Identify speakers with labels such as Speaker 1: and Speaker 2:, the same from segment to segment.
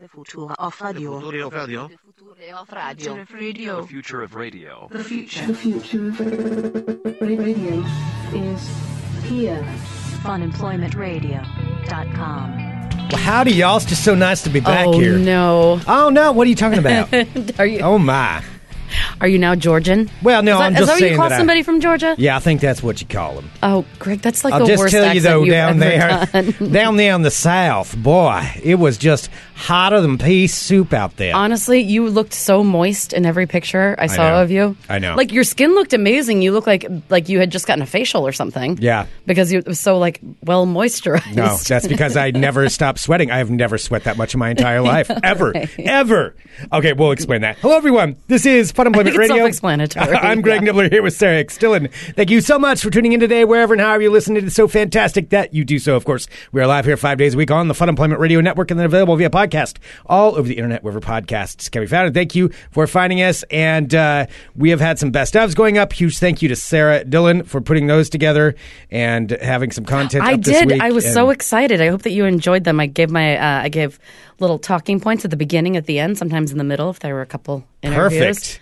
Speaker 1: The future of radio.
Speaker 2: Future of radio.
Speaker 1: Future of radio.
Speaker 3: The future of radio.
Speaker 4: The future.
Speaker 5: The future of radio is here.
Speaker 1: Funemploymentradio.com.
Speaker 6: Well, howdy, y'all. It's just so nice to be back
Speaker 7: oh
Speaker 6: here.
Speaker 7: no!
Speaker 6: Oh, no. What are you talking about?
Speaker 7: Are you
Speaker 6: oh, my.
Speaker 7: are you now Georgian?
Speaker 6: Well, no,
Speaker 7: is that,
Speaker 6: I'm
Speaker 7: is
Speaker 6: just
Speaker 7: that what
Speaker 6: saying
Speaker 7: you call
Speaker 6: that I-
Speaker 7: somebody from Georgia?
Speaker 6: Yeah, I think that's what you call them.
Speaker 7: Oh, Greg, that's like
Speaker 6: I'll
Speaker 7: the
Speaker 6: just
Speaker 7: worst
Speaker 6: tell you,
Speaker 7: accent
Speaker 6: though,
Speaker 7: you've
Speaker 6: down
Speaker 7: ever
Speaker 6: there,
Speaker 7: done.
Speaker 6: down there in the South, boy, it was just hotter than pea soup out there.
Speaker 7: Honestly, you looked so moist in every picture I saw
Speaker 6: know.
Speaker 7: of you.
Speaker 6: I know.
Speaker 7: Like your skin looked amazing. You look like like you had just gotten a facial or something.
Speaker 6: Yeah.
Speaker 7: Because you, it was so like well moisturized.
Speaker 6: No, that's because I never stopped sweating. I have never sweat that much in my entire life, ever, ever. Okay, we'll explain that. Hello, everyone. This is Fun Employment
Speaker 7: think it's
Speaker 6: Radio.
Speaker 7: self-explanatory.
Speaker 6: I'm Greg
Speaker 7: Yeah.
Speaker 6: Nibbler here with Sarah X. Dillon. Thank you so much for tuning in today, wherever and however you listen. It is so fantastic that you do so. Of course, we are live here five days a week on the Fun Employment Radio Network, and then available via podcast all over the internet, wherever podcasts can be found. And thank you for finding us. And uh, we have had some best ofs going up. Huge thank you to Sarah Dillon for putting those together and having some content.
Speaker 7: I
Speaker 6: up this
Speaker 7: did.
Speaker 6: week.
Speaker 7: I was
Speaker 6: And-
Speaker 7: so excited. I hope that you enjoyed them. I gave my uh, I gave little talking points at the beginning, at the end, sometimes in the middle if there were a couple interviews.
Speaker 6: Perfect.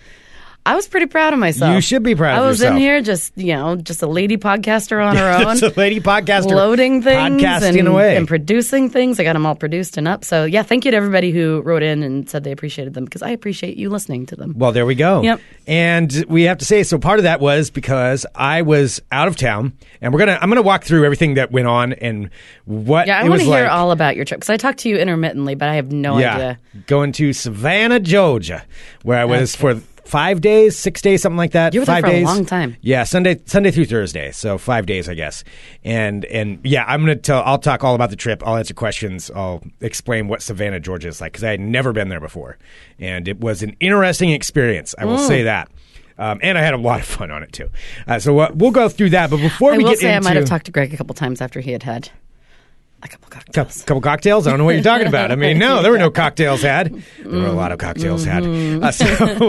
Speaker 7: I was pretty proud of myself.
Speaker 6: You should be proud
Speaker 7: I
Speaker 6: of
Speaker 7: was
Speaker 6: yourself.
Speaker 7: in here just, you know, just a lady podcaster on her own.
Speaker 6: It's a lady podcaster.
Speaker 7: Loading things
Speaker 6: Podcasting
Speaker 7: and,
Speaker 6: away.
Speaker 7: and producing things. I got them all produced and up. So, yeah, thank you to everybody who wrote in and said they appreciated them because I appreciate you listening to them.
Speaker 6: well, there we go.
Speaker 7: Yep.
Speaker 6: And we have to say, so part of that was because I was out of town, and we're gonna I'm gonna walk through everything that went on and what
Speaker 7: yeah, I
Speaker 6: it
Speaker 7: want
Speaker 6: was
Speaker 7: to hear
Speaker 6: like.
Speaker 7: all about your trip because I talked to you intermittently, but I have no
Speaker 6: yeah,
Speaker 7: idea.
Speaker 6: going to Savannah, Georgia, where I was for. Five days, six days, something like that.
Speaker 7: You were there
Speaker 6: five
Speaker 7: for a
Speaker 6: days.
Speaker 7: long time.
Speaker 6: Yeah, Sunday, Sunday through Thursday, so five days, I guess. And and yeah, I'm gonna tell. I'll talk all about the trip. I'll answer questions. I'll explain what Savannah, Georgia is like because I had never been there before, and it was an interesting experience. I will
Speaker 7: Mm.
Speaker 6: say that. Um, and I had a lot of fun on it too. Uh, so uh, we'll go through that. But before
Speaker 7: I
Speaker 6: we
Speaker 7: will
Speaker 6: get
Speaker 7: say
Speaker 6: into
Speaker 7: I might have talked to Greg a couple times after he had had a couple cocktails.
Speaker 6: Cup, couple cocktails. I don't know what you're talking about. I mean, no, there were no cocktails had. There were a lot of cocktails had.
Speaker 7: Mm-hmm.
Speaker 6: Uh,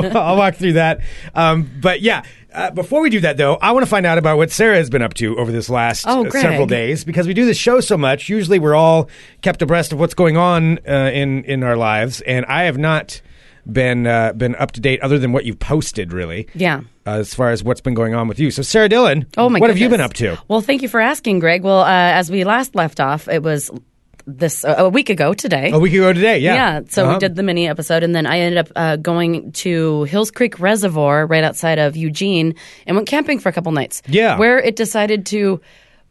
Speaker 6: so I'll walk through that. Um, but yeah, uh, before we do that though, I want to find out about what Sarah has been up to over this last
Speaker 7: Oh,
Speaker 6: uh, several
Speaker 7: Greg.
Speaker 6: days because we do this show so much. Usually, we're all kept abreast of what's going on uh, in in our lives, and I have not been uh, been up to date other than what you've posted, really.
Speaker 7: Yeah.
Speaker 6: Uh, as far as what's been going on with you, so Sarah Dillon,
Speaker 7: Oh my!
Speaker 6: what have you
Speaker 7: goodness.
Speaker 6: been up to?
Speaker 7: Well, thank you for asking, Greg. Well, uh, as we last left off, it was this uh, a week ago today.
Speaker 6: A week ago today, Oh, yeah.
Speaker 7: so
Speaker 6: Uh-huh.
Speaker 7: we did the mini episode, and then I ended up uh, going to Hills Creek Reservoir right outside of Eugene and went camping for a couple nights.
Speaker 6: Yeah.
Speaker 7: where it decided to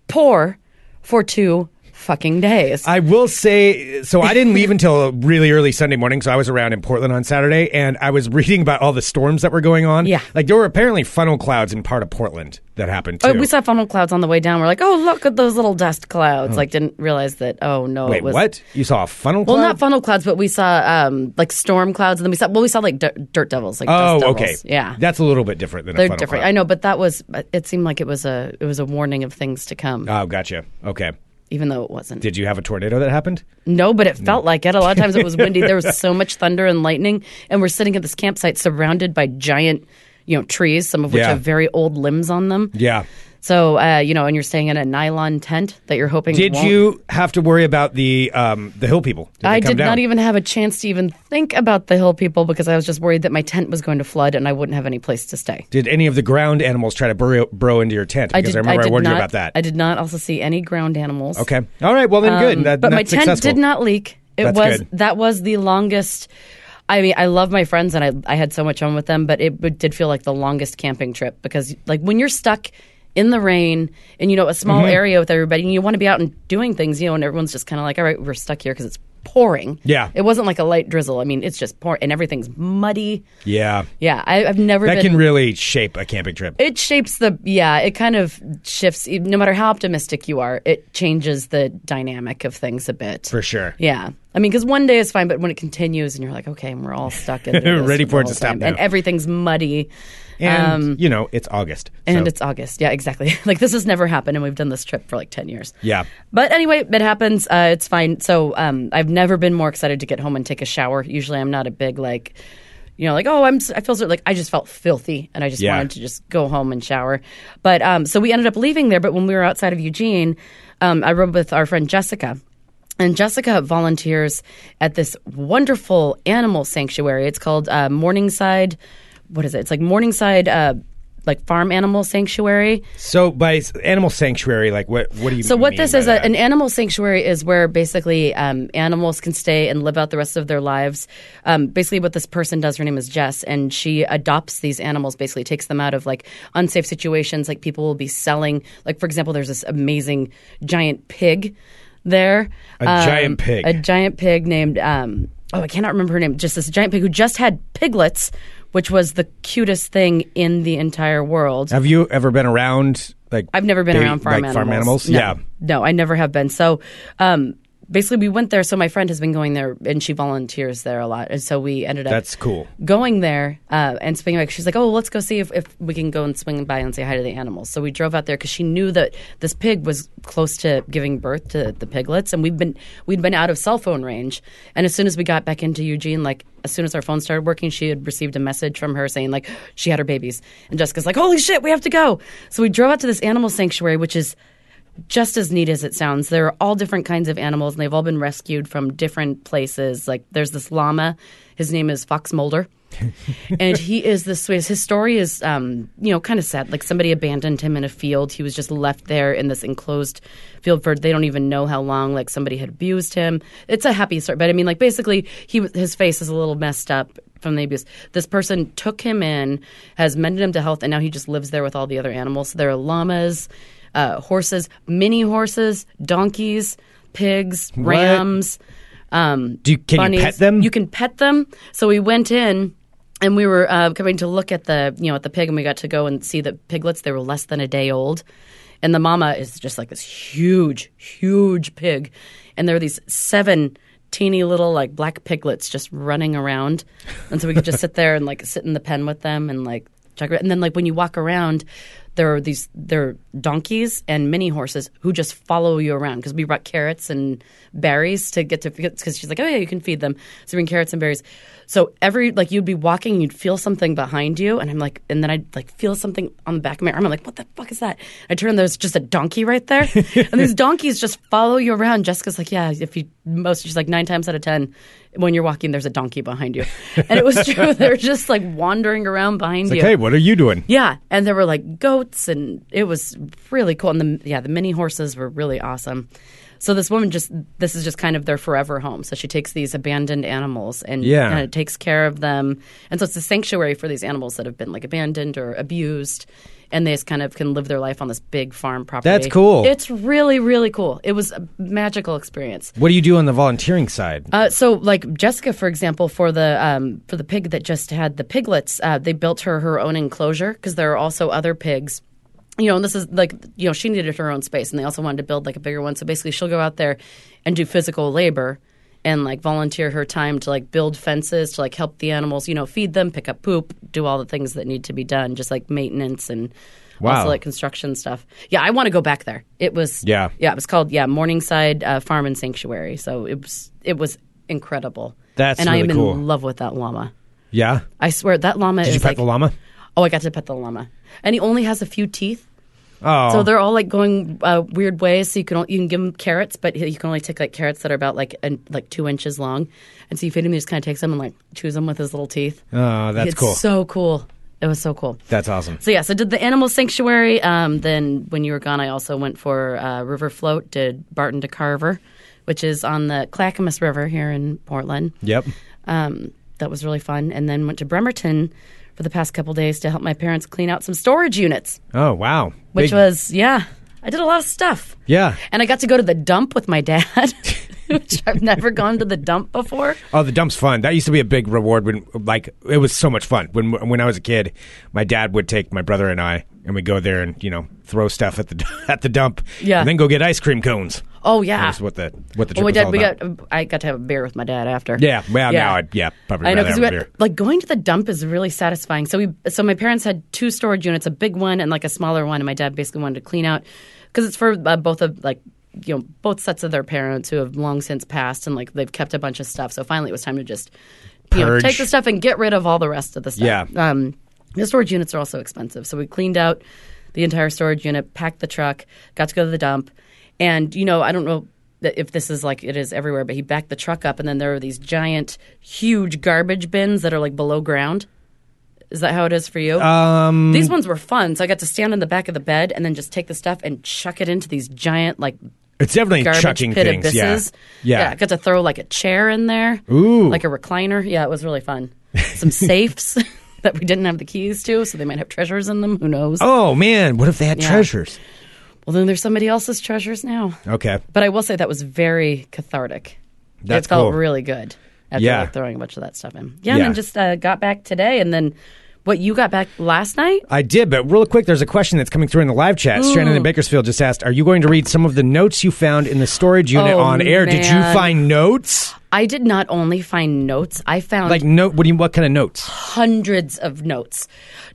Speaker 7: pour for two fucking days.
Speaker 6: I will say, so I didn't leave until really early Sunday morning. So I was around in Portland on Saturday, and I was reading about all the storms that were going on.
Speaker 7: Yeah.
Speaker 6: like there were apparently funnel clouds in part of Portland that happened too.
Speaker 7: Oh, we saw funnel clouds on the way down. We're like, oh, look at those little dust clouds. Like, didn't realize that. Oh no,
Speaker 6: Oh. Wait,
Speaker 7: it was
Speaker 6: what? You saw a funnel
Speaker 7: Well,
Speaker 6: cloud?
Speaker 7: not funnel clouds, but we saw um, like storm clouds, and then we saw well, we saw like d- dirt devils, like
Speaker 6: Oh,
Speaker 7: dust
Speaker 6: okay.
Speaker 7: devils. yeah,
Speaker 6: that's a little bit different than a
Speaker 7: they're
Speaker 6: funnel
Speaker 7: different.
Speaker 6: cloud.
Speaker 7: I know, but that was it seemed like it was a it was a warning of things to come,
Speaker 6: Oh, gotcha. Okay.
Speaker 7: even though it wasn't.
Speaker 6: Did you have a tornado that happened?
Speaker 7: no, but it felt like it. A lot of times it was windy. there was so much thunder and lightning, and we're sitting at this campsite surrounded by giant, you know, trees, some of which
Speaker 6: Yeah.
Speaker 7: have very old limbs on them.
Speaker 6: Yeah.
Speaker 7: So uh, you know, and you're staying in a nylon tent that you're hoping
Speaker 6: Did
Speaker 7: won't-
Speaker 6: you have to worry about the um, the hill people? Did they
Speaker 7: I
Speaker 6: come
Speaker 7: did
Speaker 6: down?
Speaker 7: not even have a chance to even think about the hill people because I was just worried that my tent was going to flood and I wouldn't have any place to stay.
Speaker 6: Did any of the ground animals try to burrow, burrow into your tent? Because I,
Speaker 7: did,
Speaker 6: remember I,
Speaker 7: did
Speaker 6: warned
Speaker 7: not,
Speaker 6: you about that.
Speaker 7: I did not also see any ground animals.
Speaker 6: Okay. All right. Well, then, good. That,
Speaker 7: Um, but my
Speaker 6: that's
Speaker 7: tent
Speaker 6: successful.
Speaker 7: did not leak. It
Speaker 6: That's
Speaker 7: was
Speaker 6: good.
Speaker 7: that was the longest. I mean, I love my friends and I I had so much fun with them, but it, it did feel like the longest camping trip because like when you're stuck in the rain and you know a small
Speaker 6: Mm-hmm.
Speaker 7: area with everybody and you want to be out and doing things, you know, and everyone's just kind of like, all right, we're stuck here because it's pouring.
Speaker 6: Yeah.
Speaker 7: it wasn't like a light drizzle. I mean, it's just pouring and everything's muddy.
Speaker 6: Yeah.
Speaker 7: Yeah, I, I've never
Speaker 6: That
Speaker 7: been.
Speaker 6: can really shape a camping trip.
Speaker 7: it shapes the yeah it kind of shifts e- no matter how optimistic you are it changes the dynamic of things a bit
Speaker 6: For sure.
Speaker 7: yeah i mean because one day is fine but when it continues and you're like okay and we're all stuck in this
Speaker 6: Ready for it to
Speaker 7: the whole
Speaker 6: stop
Speaker 7: time,
Speaker 6: now.
Speaker 7: and everything's muddy
Speaker 6: And you know, it's August.
Speaker 7: Um, and
Speaker 6: so-
Speaker 7: it's august yeah exactly like this has never happened and we've done this trip for like 10 years
Speaker 6: Yeah.
Speaker 7: but anyway it happens uh, it's fine so um, i've never been more excited to get home and take a shower usually i'm not a big like you know like oh i'm s- i feel so like i just felt filthy and i just
Speaker 6: Yeah.
Speaker 7: wanted to just go home and shower but um, so we ended up leaving there but when we were outside of eugene um, i rode with our friend jessica And Jessica volunteers at this wonderful animal sanctuary. It's called uh, Morningside. What is it? It's like Morningside, uh, like farm animal sanctuary.
Speaker 6: So by s- animal sanctuary, like what? What do you?
Speaker 7: So what
Speaker 6: mean
Speaker 7: this
Speaker 6: by
Speaker 7: is,
Speaker 6: that?
Speaker 7: a, an animal sanctuary is where basically um, animals can stay and live out the rest of their lives. Um, basically, what this person does, her name is Jess, and she adopts these animals. Basically, takes them out of like unsafe situations. Like people will be selling, like for example, there's this amazing giant pig there. Um,
Speaker 6: A giant pig.
Speaker 7: A giant pig named um, oh, I cannot remember her name. Just this giant pig who just had piglets, which was the cutest thing in the entire world.
Speaker 6: Have you ever been around? Like
Speaker 7: I've never been
Speaker 6: baby-
Speaker 7: around farm
Speaker 6: like
Speaker 7: animals.
Speaker 6: Farm animals.
Speaker 7: No.
Speaker 6: Yeah.
Speaker 7: No, I never have been. So, um, basically, we went there. So my friend has been going there, and she volunteers there a lot. And so we ended up
Speaker 6: That's cool.
Speaker 7: going there uh, and swinging back. She's like, "Oh, let's go see if, if we can go and swing by and say hi to the animals." So we drove out there because she knew that this pig was close to giving birth to the piglets, and we've been we'd been out of cell phone range. And as soon as we got back into Eugene, like as soon as our phone started working, she had received a message from her saying like she had her babies, and Jessica's like, "Holy shit, we have to go!" So we drove out to this animal sanctuary, which is just as neat as it sounds. There are all different kinds of animals, and they've all been rescued from different places. Like there's this llama. His name is Fox Mulder. and he is the sweetest. His story is, um, you know, kind of sad. Like somebody abandoned him in a field. He was just left there in this enclosed field for they don't even know how long. Like somebody had abused him. It's a happy story, but I mean, like basically, he was- his face is a little messed up from the abuse. This person took him in, has mended him to health, and now he just lives there with all the other animals. So there are llamas, uh, horses, mini horses, donkeys, pigs, rams. Um,
Speaker 6: Do you, can
Speaker 7: bunnies.
Speaker 6: you pet them?
Speaker 7: You can pet them. So we went in and we were uh, coming to look at the you know at the pig, and we got to go and see the piglets. They were less than a day old, and the mama is just like this huge, huge pig, and there are these seven teeny little like black piglets just running around, and so we could just sit there and like sit in the pen with them and like check it. And then like when you walk around. There are these there are donkeys and mini horses who just follow you around because we brought carrots and berries to get to because she's like oh yeah you can feed them so we bring carrots and berries so every like you'd be walking you'd feel something behind you and I'm like and then I'd like feel something on the back of my arm I'm like what the fuck is that I turn and there's just a donkey right there and these donkeys just follow you around Jessica's like yeah if you most she's like nine times out of ten when you're walking there's a donkey behind you and it was true they're just like wandering around behind
Speaker 6: Like,
Speaker 7: you
Speaker 6: hey, what are you doing?
Speaker 7: yeah, and there were like goats, and it was really cool. And the yeah, the mini horses were really awesome. So this woman just this is just kind of their forever home. So she takes these abandoned animals and
Speaker 6: Yeah.
Speaker 7: kind of takes care of them, and so it's a sanctuary for these animals that have been like abandoned or abused, and they just kind of can live their life on this big farm property.
Speaker 6: That's cool.
Speaker 7: It's really really cool. It was a magical experience.
Speaker 6: What do you do on the volunteering side?
Speaker 7: Uh, so, like Jessica, for example, for the um, for the pig that just had the piglets, uh, they built her her own enclosure because there are also other pigs. You know, and this is like you know she needed her own space, and they also wanted to build like a bigger one. So basically, she'll go out there and do physical labor and like volunteer her time to like build fences to like help the animals. You know, feed them, pick up poop, do all the things that need to be done, just like maintenance and
Speaker 6: Wow.
Speaker 7: also like construction stuff. Yeah, I want to go back there. It was
Speaker 6: Yeah.
Speaker 7: yeah, it was called yeah Morningside uh, Farm and Sanctuary. So it was it was incredible.
Speaker 6: That's
Speaker 7: and I
Speaker 6: really
Speaker 7: am
Speaker 6: cool.
Speaker 7: in love with that llama.
Speaker 6: yeah.
Speaker 7: I swear that llama
Speaker 6: Did
Speaker 7: is
Speaker 6: you pet
Speaker 7: like
Speaker 6: the llama?
Speaker 7: oh I got to pet the llama, and he only has a few teeth,
Speaker 6: Oh,
Speaker 7: so they're all like going uh, weird ways. So you can o- you can give him carrots, but he- you can only take like carrots that are about like an, like two inches long, and so you feed him. He just kind of takes them and like chews them with his little teeth.
Speaker 6: oh, that's
Speaker 7: it's
Speaker 6: cool.
Speaker 7: so cool. It was so cool.
Speaker 6: that's awesome.
Speaker 7: So yeah, so did the animal sanctuary. Um, then when you were gone, I also went for uh, River Float. Did Barton to Carver, which is on the Clackamas River here in Portland.
Speaker 6: Yep.
Speaker 7: Um, that was really fun. And then went to Bremerton for the past couple days to help my parents clean out some storage units,
Speaker 6: Oh, wow.
Speaker 7: which
Speaker 6: Big-
Speaker 7: was yeah, I did a lot of stuff.
Speaker 6: yeah.
Speaker 7: And I got to go to the dump with my dad, which I've never gone to the dump before.
Speaker 6: Oh, the dump's fun. That used to be a big reward when, like, it was so much fun. When when I was a kid, my dad would take my brother and I, and we'd go there and you know throw stuff at the at the dump,
Speaker 7: Yeah.
Speaker 6: and then go get ice cream cones.
Speaker 7: Oh yeah,
Speaker 6: That's what the what the trip
Speaker 7: Well, my
Speaker 6: was
Speaker 7: dad,
Speaker 6: all
Speaker 7: we
Speaker 6: about.
Speaker 7: got. I got to have a beer with my dad after.
Speaker 6: yeah, well, now I'd yeah probably
Speaker 7: I know
Speaker 6: rather
Speaker 7: because
Speaker 6: have a beer.
Speaker 7: like going to the dump is really satisfying. So we, so my parents had two storage units, a big one and like a smaller one, and my dad basically wanted to clean out because it's for uh, both of like you know both sets of their parents who have long since passed and like they've kept a bunch of stuff. So finally, it was time to just you know,
Speaker 6: Purge.
Speaker 7: take the stuff and get rid of all the rest of the stuff.
Speaker 6: Yeah.
Speaker 7: Um, the storage units are also expensive, so we cleaned out the entire storage unit, packed the truck, got to go to the dump, and you know I don't know that if this is like it is everywhere, but he backed the truck up, and then there are these giant, huge garbage bins that are like below ground. Is that how it is for you? Um, these ones were fun, so I got to stand on the back of the bed and then just take the stuff and chuck it into these giant like
Speaker 6: It's definitely
Speaker 7: garbage
Speaker 6: chucking
Speaker 7: pit
Speaker 6: things. Yeah.
Speaker 7: abysses.
Speaker 6: yeah,
Speaker 7: I got to throw like a chair in there,
Speaker 6: Ooh.
Speaker 7: like a recliner. Yeah, it was really fun. Some safes that we didn't have the keys to, so they might have treasures in them. Who knows?
Speaker 6: Oh man, what if they had
Speaker 7: Yeah.
Speaker 6: treasures?
Speaker 7: Well, then there's somebody else's treasures now.
Speaker 6: Okay,
Speaker 7: But I will say that was very cathartic.
Speaker 6: That's
Speaker 7: it felt
Speaker 6: cool.
Speaker 7: really good after
Speaker 6: Yeah.
Speaker 7: like, throwing a bunch of that stuff in. Yeah,
Speaker 6: Yeah.
Speaker 7: and then just uh, got back today, and then what you got back last night?
Speaker 6: I did, but real quick, there's a question that's coming through in the live chat. Shannon in Bakersfield just asked, "Are you going to read some of the notes you found in the storage unit
Speaker 7: Oh,
Speaker 6: on air? Did you
Speaker 7: man.
Speaker 6: find notes?
Speaker 7: I did not only find notes, I found
Speaker 6: Like note? What do you? What kind of notes?
Speaker 7: hundreds of notes.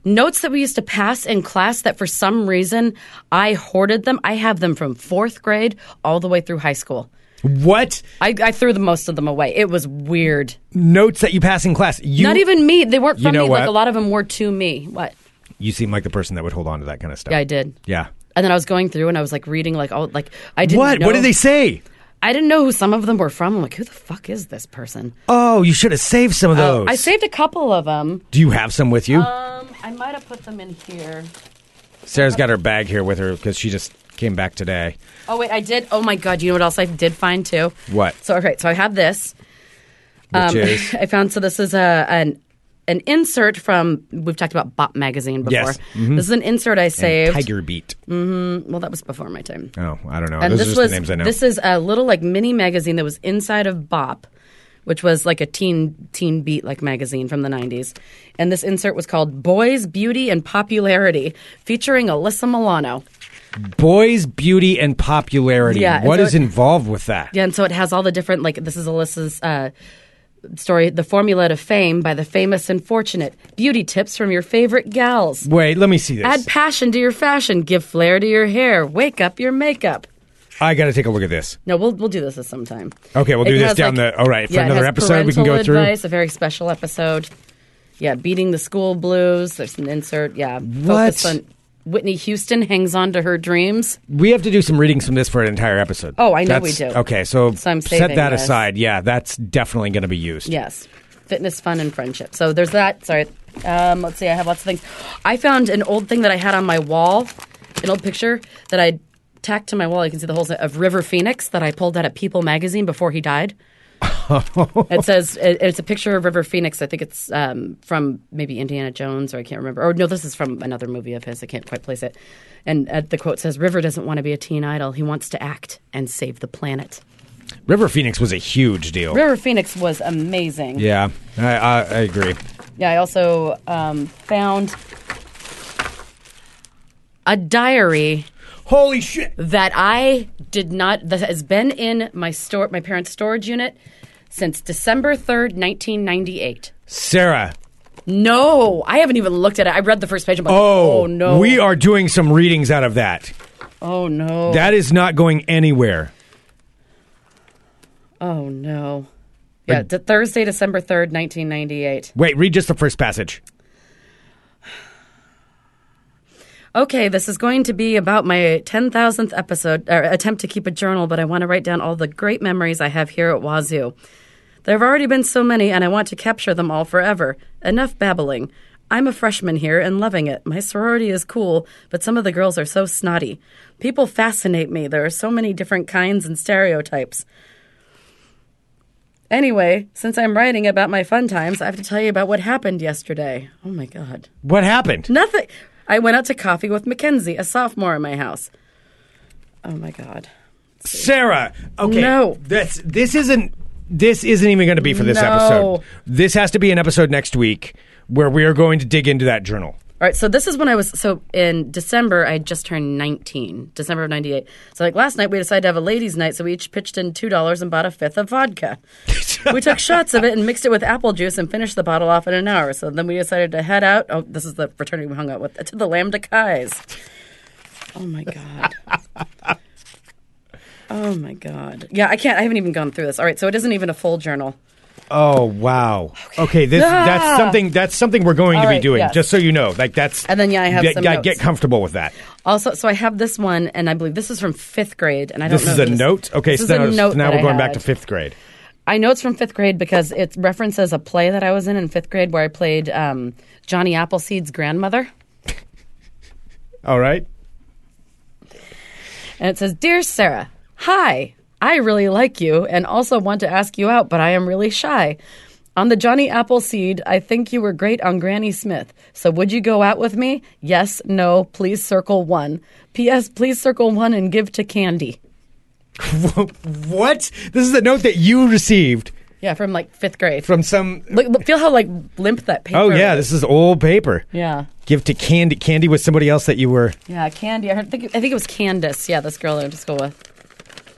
Speaker 7: Notes that we used to pass in class that for some reason I hoarded them. I have them from fourth grade all the way through high school.
Speaker 6: What
Speaker 7: I, I threw the most of them away. It was weird.
Speaker 6: notes that you pass in class? You
Speaker 7: Not even me. They weren't
Speaker 6: You
Speaker 7: from
Speaker 6: know
Speaker 7: me.
Speaker 6: what?
Speaker 7: Like a lot of them were to me. What?
Speaker 6: you seem like the person that would hold on to that kind of stuff.
Speaker 7: Yeah, I did.
Speaker 6: Yeah.
Speaker 7: And then I was going through and I was like reading like all like I didn't
Speaker 6: What?
Speaker 7: know-
Speaker 6: What did they say?
Speaker 7: I didn't know who some of them were from. I'm like, who the fuck is this person?
Speaker 6: Oh, you should have saved some of those.
Speaker 7: Oh, I saved a couple of them.
Speaker 6: Do you have some with you?
Speaker 7: Um, I might have put them in here.
Speaker 6: Sarah's got her bag here with her because she just came back today.
Speaker 7: Oh wait, I did. Oh my god, you know what else I did find too?
Speaker 6: What?
Speaker 7: So um, okay, so I have this.
Speaker 6: Which is
Speaker 7: I found so this is a an an insert from we've talked about Bop magazine before.
Speaker 6: Yes. Mhm.
Speaker 7: This is an insert I saved.
Speaker 6: Tiger Beat.
Speaker 7: Well, that was before my time.
Speaker 6: Oh, I don't know.
Speaker 7: And
Speaker 6: Those
Speaker 7: this
Speaker 6: are just
Speaker 7: was
Speaker 6: the names I know.
Speaker 7: this is a little like mini magazine that was inside of Bop, which was like a teen teen beat like magazine from the '90s. And this insert was called "Boys, Beauty, and Popularity," featuring Alyssa Milano.
Speaker 6: Boys, beauty, and popularity.
Speaker 7: Yeah,
Speaker 6: What
Speaker 7: so
Speaker 6: is
Speaker 7: it-
Speaker 6: involved with that?
Speaker 7: Yeah, and so it has all the different like this is Alyssa's uh, story, the formula to fame by the famous and fortunate, beauty tips from your favorite gals,
Speaker 6: Wait, let me see this.
Speaker 7: add passion to your fashion, give flair to your hair, wake up your makeup.
Speaker 6: I got to take a look at this.
Speaker 7: No, we'll we'll do this this sometime.
Speaker 6: Okay, we'll do
Speaker 7: It
Speaker 6: this
Speaker 7: has,
Speaker 6: down
Speaker 7: like-
Speaker 6: the- all right, for
Speaker 7: yeah, it
Speaker 6: another
Speaker 7: has
Speaker 6: episode, we can
Speaker 7: parental
Speaker 6: go through.
Speaker 7: Advice, a very special episode. Yeah, beating the school blues. There's an insert. Yeah, focused
Speaker 6: What?
Speaker 7: on Whitney Houston hangs on to her dreams.
Speaker 6: We have to do some readings from this for an entire episode.
Speaker 7: Oh, I know we
Speaker 6: That's-
Speaker 7: do.
Speaker 6: Okay, so,
Speaker 7: So I'm
Speaker 6: set
Speaker 7: saving
Speaker 6: that
Speaker 7: this.
Speaker 6: aside. Yeah, that's definitely going to be used.
Speaker 7: Yes. Fitness, fun, and friendship. So there's that. Sorry. Um, let's see. I have lots of things. I found an old thing that I had on my wall, an old picture that I tacked to my wall. You can see the whole thing of River Phoenix that I pulled out of People magazine before he died. it says it- it's a picture of River Phoenix. I think it's um, from maybe Indiana Jones, or I can't remember. Or no, this is from another movie of his. I can't quite place it. And uh, the quote says, "River doesn't want to be a teen idol. He wants to act and save the planet."
Speaker 6: River Phoenix was a huge deal.
Speaker 7: River Phoenix was amazing.
Speaker 6: Yeah, I, I, I agree.
Speaker 7: Yeah, I also um, found a diary
Speaker 6: Holy shit!
Speaker 7: that I did not that has been in my store my parents' storage unit since December third, nineteen ninety eight.
Speaker 6: Sarah,
Speaker 7: No, I haven't even looked at it. I read the first page. I'm like,
Speaker 6: Oh,
Speaker 7: oh, no,
Speaker 6: We are doing some readings out of that.
Speaker 7: Oh no,
Speaker 6: That is not going anywhere.
Speaker 7: oh no. Yeah, d- Thursday, December third, nineteen ninety eight.
Speaker 6: Wait, read just the first passage.
Speaker 7: Okay, this is going to be about my 10,000th episode, or attempt to keep a journal, but I want to write down all the great memories I have here at Wazoo. There have already been so many, and I want to capture them all forever. Enough babbling. I'm a freshman here and loving it. My sorority is cool, but some of the girls are so snotty. People fascinate me. There are so many different kinds and stereotypes. Anyway, since I'm writing about my fun times, I have to tell you about what happened yesterday. Oh my god.
Speaker 6: What happened?
Speaker 7: Nothing. I went out to coffee with Mackenzie, a sophomore in my house. Oh my god.
Speaker 6: Sarah. Okay.
Speaker 7: No.
Speaker 6: That's this isn't this isn't even going to be for this
Speaker 7: No.
Speaker 6: episode. This has to be an episode next week where we are going to dig into that journal.
Speaker 7: All right, so this is when I was so in December I had just turned 19, December of 98. So like last night we decided to have a ladies night, so we each pitched in $2 and bought a fifth of vodka. we took shots of it and mixed it with apple juice and finished the bottle off in an hour. So then we decided to head out. Oh, this is the fraternity we hung out with to the Lambda Chi's. Oh my god. Oh my god. Yeah, I can't. I haven't even gone through this. All right, so it isn't even a full journal.
Speaker 6: Oh wow. Okay, this that's something that's something we're going
Speaker 7: Ah! All
Speaker 6: to be
Speaker 7: right,
Speaker 6: doing.
Speaker 7: yes.
Speaker 6: Just so you know, like that's
Speaker 7: And then, yeah, I have
Speaker 6: get,
Speaker 7: some
Speaker 6: get-
Speaker 7: notes.
Speaker 6: get comfortable with that.
Speaker 7: Also, so I have this one, and I believe this is from fifth grade, and I don't
Speaker 6: This
Speaker 7: know.
Speaker 6: is
Speaker 7: if
Speaker 6: a note. Okay,
Speaker 7: this
Speaker 6: so
Speaker 7: is a
Speaker 6: now,
Speaker 7: note
Speaker 6: now
Speaker 7: that
Speaker 6: we're
Speaker 7: I
Speaker 6: going back
Speaker 7: had.
Speaker 6: to fifth grade.
Speaker 7: I know it's from fifth grade because it references a play that I was in in fifth grade where I played um, Johnny Appleseed's grandmother.
Speaker 6: All right.
Speaker 7: And it says, Dear Sarah, hi, I really like you and also want to ask you out, but I am really shy. On the Johnny Appleseed, I think you were great on Granny Smith. So would you go out with me? Yes, no, please circle one. P.S. Please circle one and give to Candy.
Speaker 6: What? This is a note that you received
Speaker 7: Yeah, from like fifth grade.
Speaker 6: from some.
Speaker 7: Look, look, feel how like limp that paper.
Speaker 6: Oh yeah,
Speaker 7: is.
Speaker 6: this is old paper.
Speaker 7: yeah,
Speaker 6: Give to Candy. Candy was somebody else that you were.
Speaker 7: yeah. Candy. I heard. Think, I think it was Candace. Yeah, this girl I went to school with.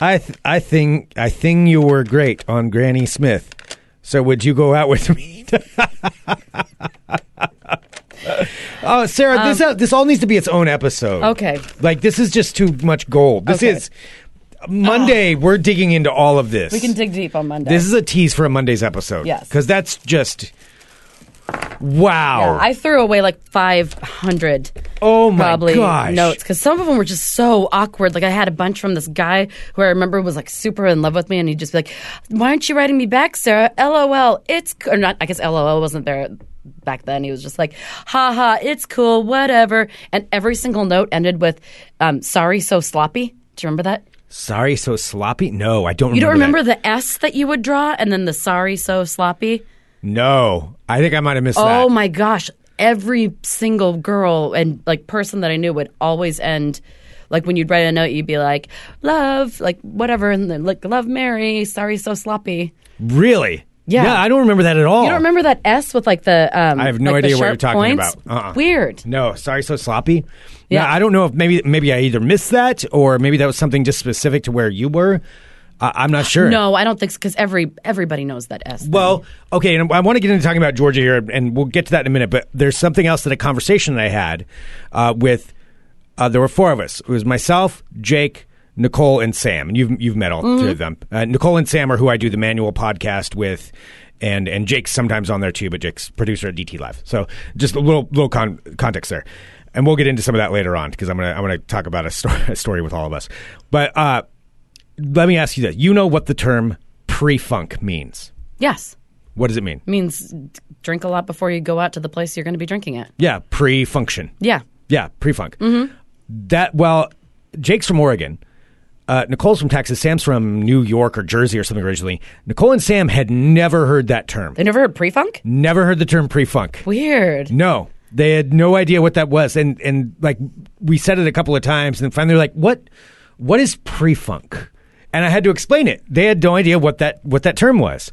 Speaker 6: I th- I think I think you were great on Granny Smith. So would you go out with me? Oh, Sarah, this uh, this all needs to be its own episode.
Speaker 7: Um, Okay.
Speaker 6: like this is just too much gold. This
Speaker 7: Okay. Ah.
Speaker 6: is Monday. We're digging into all of this.
Speaker 7: We can dig deep on Monday.
Speaker 6: This is a tease for a Monday's episode.
Speaker 7: Yes.
Speaker 6: because that's just wow.
Speaker 7: Yeah, I threw away like 500
Speaker 6: oh my
Speaker 7: probably
Speaker 6: gosh!
Speaker 7: notes because some of them were just so awkward. Like I had a bunch from this guy who I remember was like super in love with me, and he'd just be like, "Why aren't you writing me back, Sarah? LOL, it's c-" or not. I guess LOL wasn't there back then. He was just like, "Ha ha, it's cool, whatever." And every single note ended with, um, "Sorry, so sloppy." Do you remember that?
Speaker 6: Sorry, so sloppy. No, I don't.
Speaker 7: You don't
Speaker 6: remember
Speaker 7: remember
Speaker 6: that.
Speaker 7: the S that you would draw, and then the "Sorry, so sloppy."
Speaker 6: No, I think I might have missed that.
Speaker 7: Oh my gosh. Every single girl and like person that I knew would always end like when you'd write a note, you'd be like, love, like whatever, and then like, love Mary, sorry, so sloppy.
Speaker 6: Really?
Speaker 7: Yeah.
Speaker 6: I don't remember that at all.
Speaker 7: You don't remember that S with like the, um,
Speaker 6: Oh. I have no
Speaker 7: like, the
Speaker 6: idea what you're
Speaker 7: sharp
Speaker 6: talking
Speaker 7: points?
Speaker 6: about. Uh-uh.
Speaker 7: Weird.
Speaker 6: No, sorry, so sloppy. Yeah,
Speaker 7: Yeah.
Speaker 6: I don't know if maybe maybe I either missed that or maybe that was something just specific to where you were. I, I'm not sure.
Speaker 7: No, I don't think because every everybody knows that S. thing.
Speaker 6: Well, okay, and I want to get into talking about Georgia here, and we'll get to that in a minute. But there's something else that a conversation that I had uh, with uh, there were four of us. It was myself, Jake, Nicole, and Sam, and you've you've met all three of them. Uh, Nicole and Sam are who I do the manual podcast with. And and Jake's sometimes on there too, but Jake's producer at DT Live. So just a little little con- context there, and we'll get into some of that later on because I'm gonna I'm gonna talk about a story, a story with all of us. But uh, let me ask you this: You know what the term pre-funk means?
Speaker 7: yes,
Speaker 6: What does it mean?
Speaker 7: means drink a lot before you go out to the place you're going to be drinking at.
Speaker 6: Yeah, pre-function.
Speaker 7: Yeah,
Speaker 6: Yeah, pre-funk. That well, Jake's from Oregon. Uh, Nicole's from Texas. Sam's from New York or Jersey or something originally. Nicole and Sam had never heard that term.
Speaker 7: they never heard pre-funk.
Speaker 6: Never heard the term pre-funk.
Speaker 7: Weird.
Speaker 6: No, they had no idea what that was. And and like we said it a couple of times, and finally, they're like, what What is pre-funk? And I had to explain it. They had no idea what that what that term was.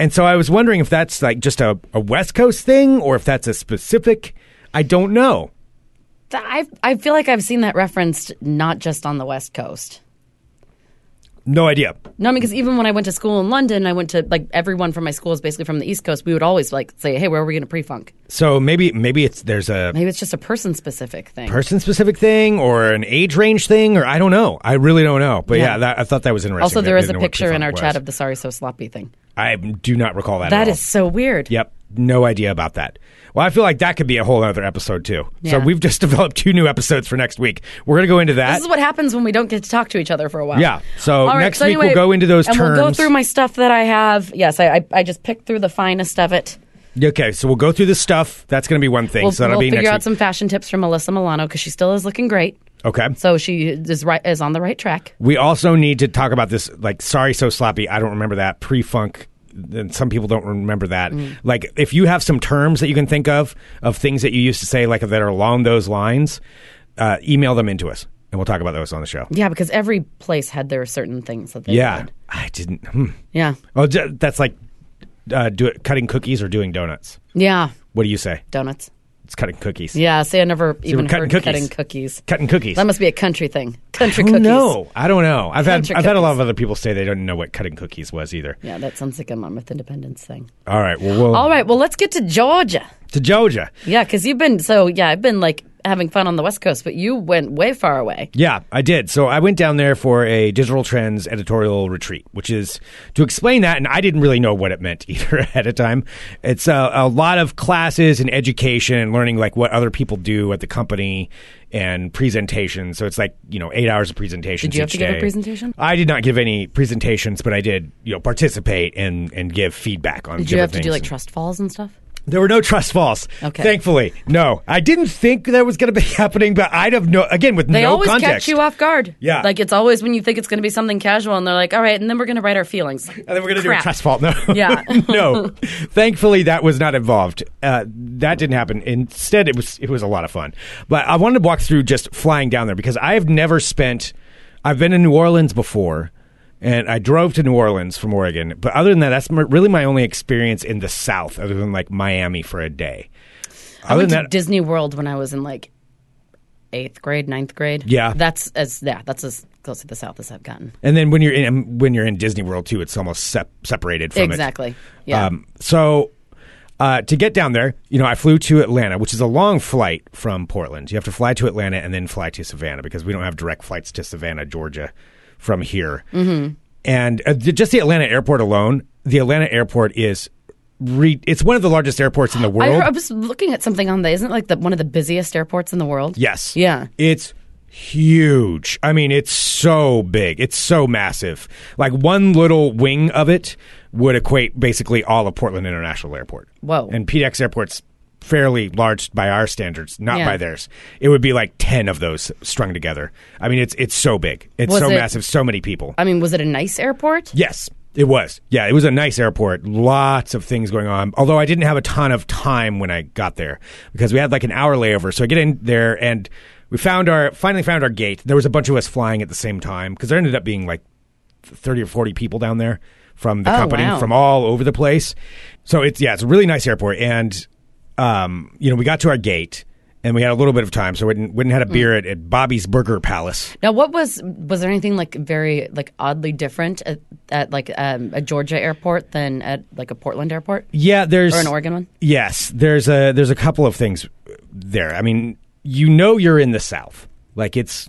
Speaker 6: And so I was wondering if that's like just a, a West Coast thing or if that's a specific. I don't know.
Speaker 7: I I feel like I've seen that referenced not just on the West Coast.
Speaker 6: No idea.
Speaker 7: No, I mean, because even when I went to school in London, I went to like everyone from my school is basically from the East Coast. We would always like say, "Hey, where are we going to pre-funk?"
Speaker 6: So maybe maybe it's there's a
Speaker 7: Maybe it's just a person-specific thing.
Speaker 6: person specific thing or an age range thing or I don't know. I really don't know. But yeah,
Speaker 7: Yeah.
Speaker 6: that, I thought that was interesting.
Speaker 7: also,
Speaker 6: that
Speaker 7: there
Speaker 6: they
Speaker 7: is a
Speaker 6: didn't know what
Speaker 7: picture in our
Speaker 6: pre-funk
Speaker 7: chat
Speaker 6: was.
Speaker 7: of the "Sorry So Sloppy" thing.
Speaker 6: I do not recall that.
Speaker 7: That
Speaker 6: at all.
Speaker 7: is so weird.
Speaker 6: Yep. No idea about that. Well, I feel like that could be a whole other episode too. So
Speaker 7: Yeah.
Speaker 6: we've just developed two new episodes for next week. We're gonna go into that.
Speaker 7: This is what happens when we don't get to talk to each other for a while.
Speaker 6: Yeah. So
Speaker 7: All right,
Speaker 6: next
Speaker 7: so
Speaker 6: week we'll
Speaker 7: anyway,
Speaker 6: go into those
Speaker 7: and We'll go
Speaker 6: terms.
Speaker 7: through my stuff that I have. Yes, I, I, I just picked through the finest of it.
Speaker 6: okay. So we'll go through this stuff. That's gonna be one thing.
Speaker 7: We'll,
Speaker 6: so that'll
Speaker 7: we'll
Speaker 6: be
Speaker 7: figure
Speaker 6: next
Speaker 7: out
Speaker 6: week.
Speaker 7: some fashion tips from Melissa Milano because she still is looking great.
Speaker 6: okay.
Speaker 7: So she is right is on the right track.
Speaker 6: We also need to talk about this. Like, sorry, so sloppy. I don't remember that pre funk. And some people don't remember that.
Speaker 7: Mm.
Speaker 6: Like, if you have some terms that you can think of of things that you used to say, like that are along those lines, uh, email them into us, and we'll talk about those on the show.
Speaker 7: Yeah, because every place had their certain things that they
Speaker 6: Yeah,
Speaker 7: did.
Speaker 6: I didn't. Hmm.
Speaker 7: Yeah.
Speaker 6: Well, ju- that's like uh, do it, cutting cookies or doing donuts.
Speaker 7: Yeah.
Speaker 6: What do you say?
Speaker 7: Donuts.
Speaker 6: It's cutting cookies.
Speaker 7: Yeah, see, I never even
Speaker 6: we're cutting
Speaker 7: heard
Speaker 6: cookies.
Speaker 7: cutting cookies.
Speaker 6: Cutting cookies.
Speaker 7: That must be a country thing. Country
Speaker 6: Who
Speaker 7: cookies.
Speaker 6: know? I don't know. I've had
Speaker 7: Country
Speaker 6: I've had a lot
Speaker 7: cookies.
Speaker 6: of other people say they don't know what cutting cookies was either.
Speaker 7: Yeah, that sounds like a Monmouth Independence thing.
Speaker 6: All right. Well, we'll
Speaker 7: All right, well, let's get to Georgia.
Speaker 6: to Georgia.
Speaker 7: Yeah, because you've been so yeah, I've been like having fun on the West Coast, but you went way far away.
Speaker 6: Yeah, I did. So I went down there for a digital trends editorial retreat, which is to explain that, and I didn't really know what it meant either ahead of time. It's a, a lot of classes and education and learning like what other people do at the company and presentations. So it's like you know eight hours of presentations.
Speaker 7: Did you have
Speaker 6: each
Speaker 7: to give a
Speaker 6: day.
Speaker 7: presentation?
Speaker 6: I did not give any presentations, but I did you know participate and and give feedback on.
Speaker 7: Did you have to do
Speaker 6: things.
Speaker 7: like trust falls and stuff?
Speaker 6: There were no trust falls.
Speaker 7: Okay.
Speaker 6: Thankfully, no. I didn't think that was going to be happening, but I'd have no. Again, with
Speaker 7: They
Speaker 6: no
Speaker 7: always
Speaker 6: context.
Speaker 7: catch you off guard.
Speaker 6: Yeah.
Speaker 7: Like it's always when you think it's going to be something casual and they're like, all right, and then we're going to write our feelings.
Speaker 6: And then we're going to do a
Speaker 7: Crap.
Speaker 6: trust fall. No.
Speaker 7: Yeah.
Speaker 6: no. Thankfully, that was not involved. Uh, that didn't happen. Instead, it was it was a lot of fun. But I wanted to walk through just flying down there because I have never spent. I've been in New Orleans before, and I drove to New Orleans from Oregon. But other than that, that's my, really my only experience in the South, other than like Miami for a day.
Speaker 7: I
Speaker 6: other
Speaker 7: went
Speaker 6: than
Speaker 7: to
Speaker 6: that,
Speaker 7: Disney World when I was in like eighth grade, ninth grade.
Speaker 6: Yeah.
Speaker 7: That's as, yeah, that's as close to the South as I've gotten.
Speaker 6: And then when you're in when you're in Disney World too, it's almost sep- separated from it.
Speaker 7: Exactly. Yeah.
Speaker 6: Um, so uh, to get down there, you know, I flew to Atlanta, which is a long flight from Portland. You have to fly to Atlanta and then fly to Savannah because we don't have direct flights to Savannah, Georgia, from here. Mm-hmm. And uh, th- just the Atlanta airport alone, the Atlanta airport is. Re- it's one of the largest airports in the
Speaker 7: I,
Speaker 6: world.
Speaker 7: heard, I was looking at something on the, isn't it like the, one of the busiest airports in the world?
Speaker 6: Yes.
Speaker 7: Yeah.
Speaker 6: It's huge. I mean, it's so big. It's so massive. Like one little wing of it would equate basically all of Portland International Airport.
Speaker 7: Whoa.
Speaker 6: And PDX Airport's fairly large by our standards, not
Speaker 7: Yeah.
Speaker 6: by theirs. It would be like 10 of those strung together. I mean, it's it's so big. It's
Speaker 7: Was
Speaker 6: so
Speaker 7: it-
Speaker 6: massive, so many people.
Speaker 7: I mean, was it a nice airport?
Speaker 6: Yes, it was. Yeah, it was a nice airport. Lots of things going on. Although I didn't have a ton of time when I got there because we had like an hour layover. So I get in there and we found our finally found our gate. There was a bunch of us flying at the same time because there ended up being like thirty or forty people down there from the
Speaker 7: Oh,
Speaker 6: company
Speaker 7: wow.
Speaker 6: from all over the place. So it's yeah, it's a really nice airport. And um, you know, we got to our gate. And we had a little bit of time, so we went and, went and
Speaker 7: Mm.
Speaker 6: had a beer at, at Bobby's Burger Palace.
Speaker 7: Now, what was was there anything like very like oddly different at, at like um, a Georgia airport than at like a Portland airport
Speaker 6: Yeah, there's
Speaker 7: or an Oregon one?
Speaker 6: Yes, there's a there's a couple of things there. I mean, you know you're in the South. Like it's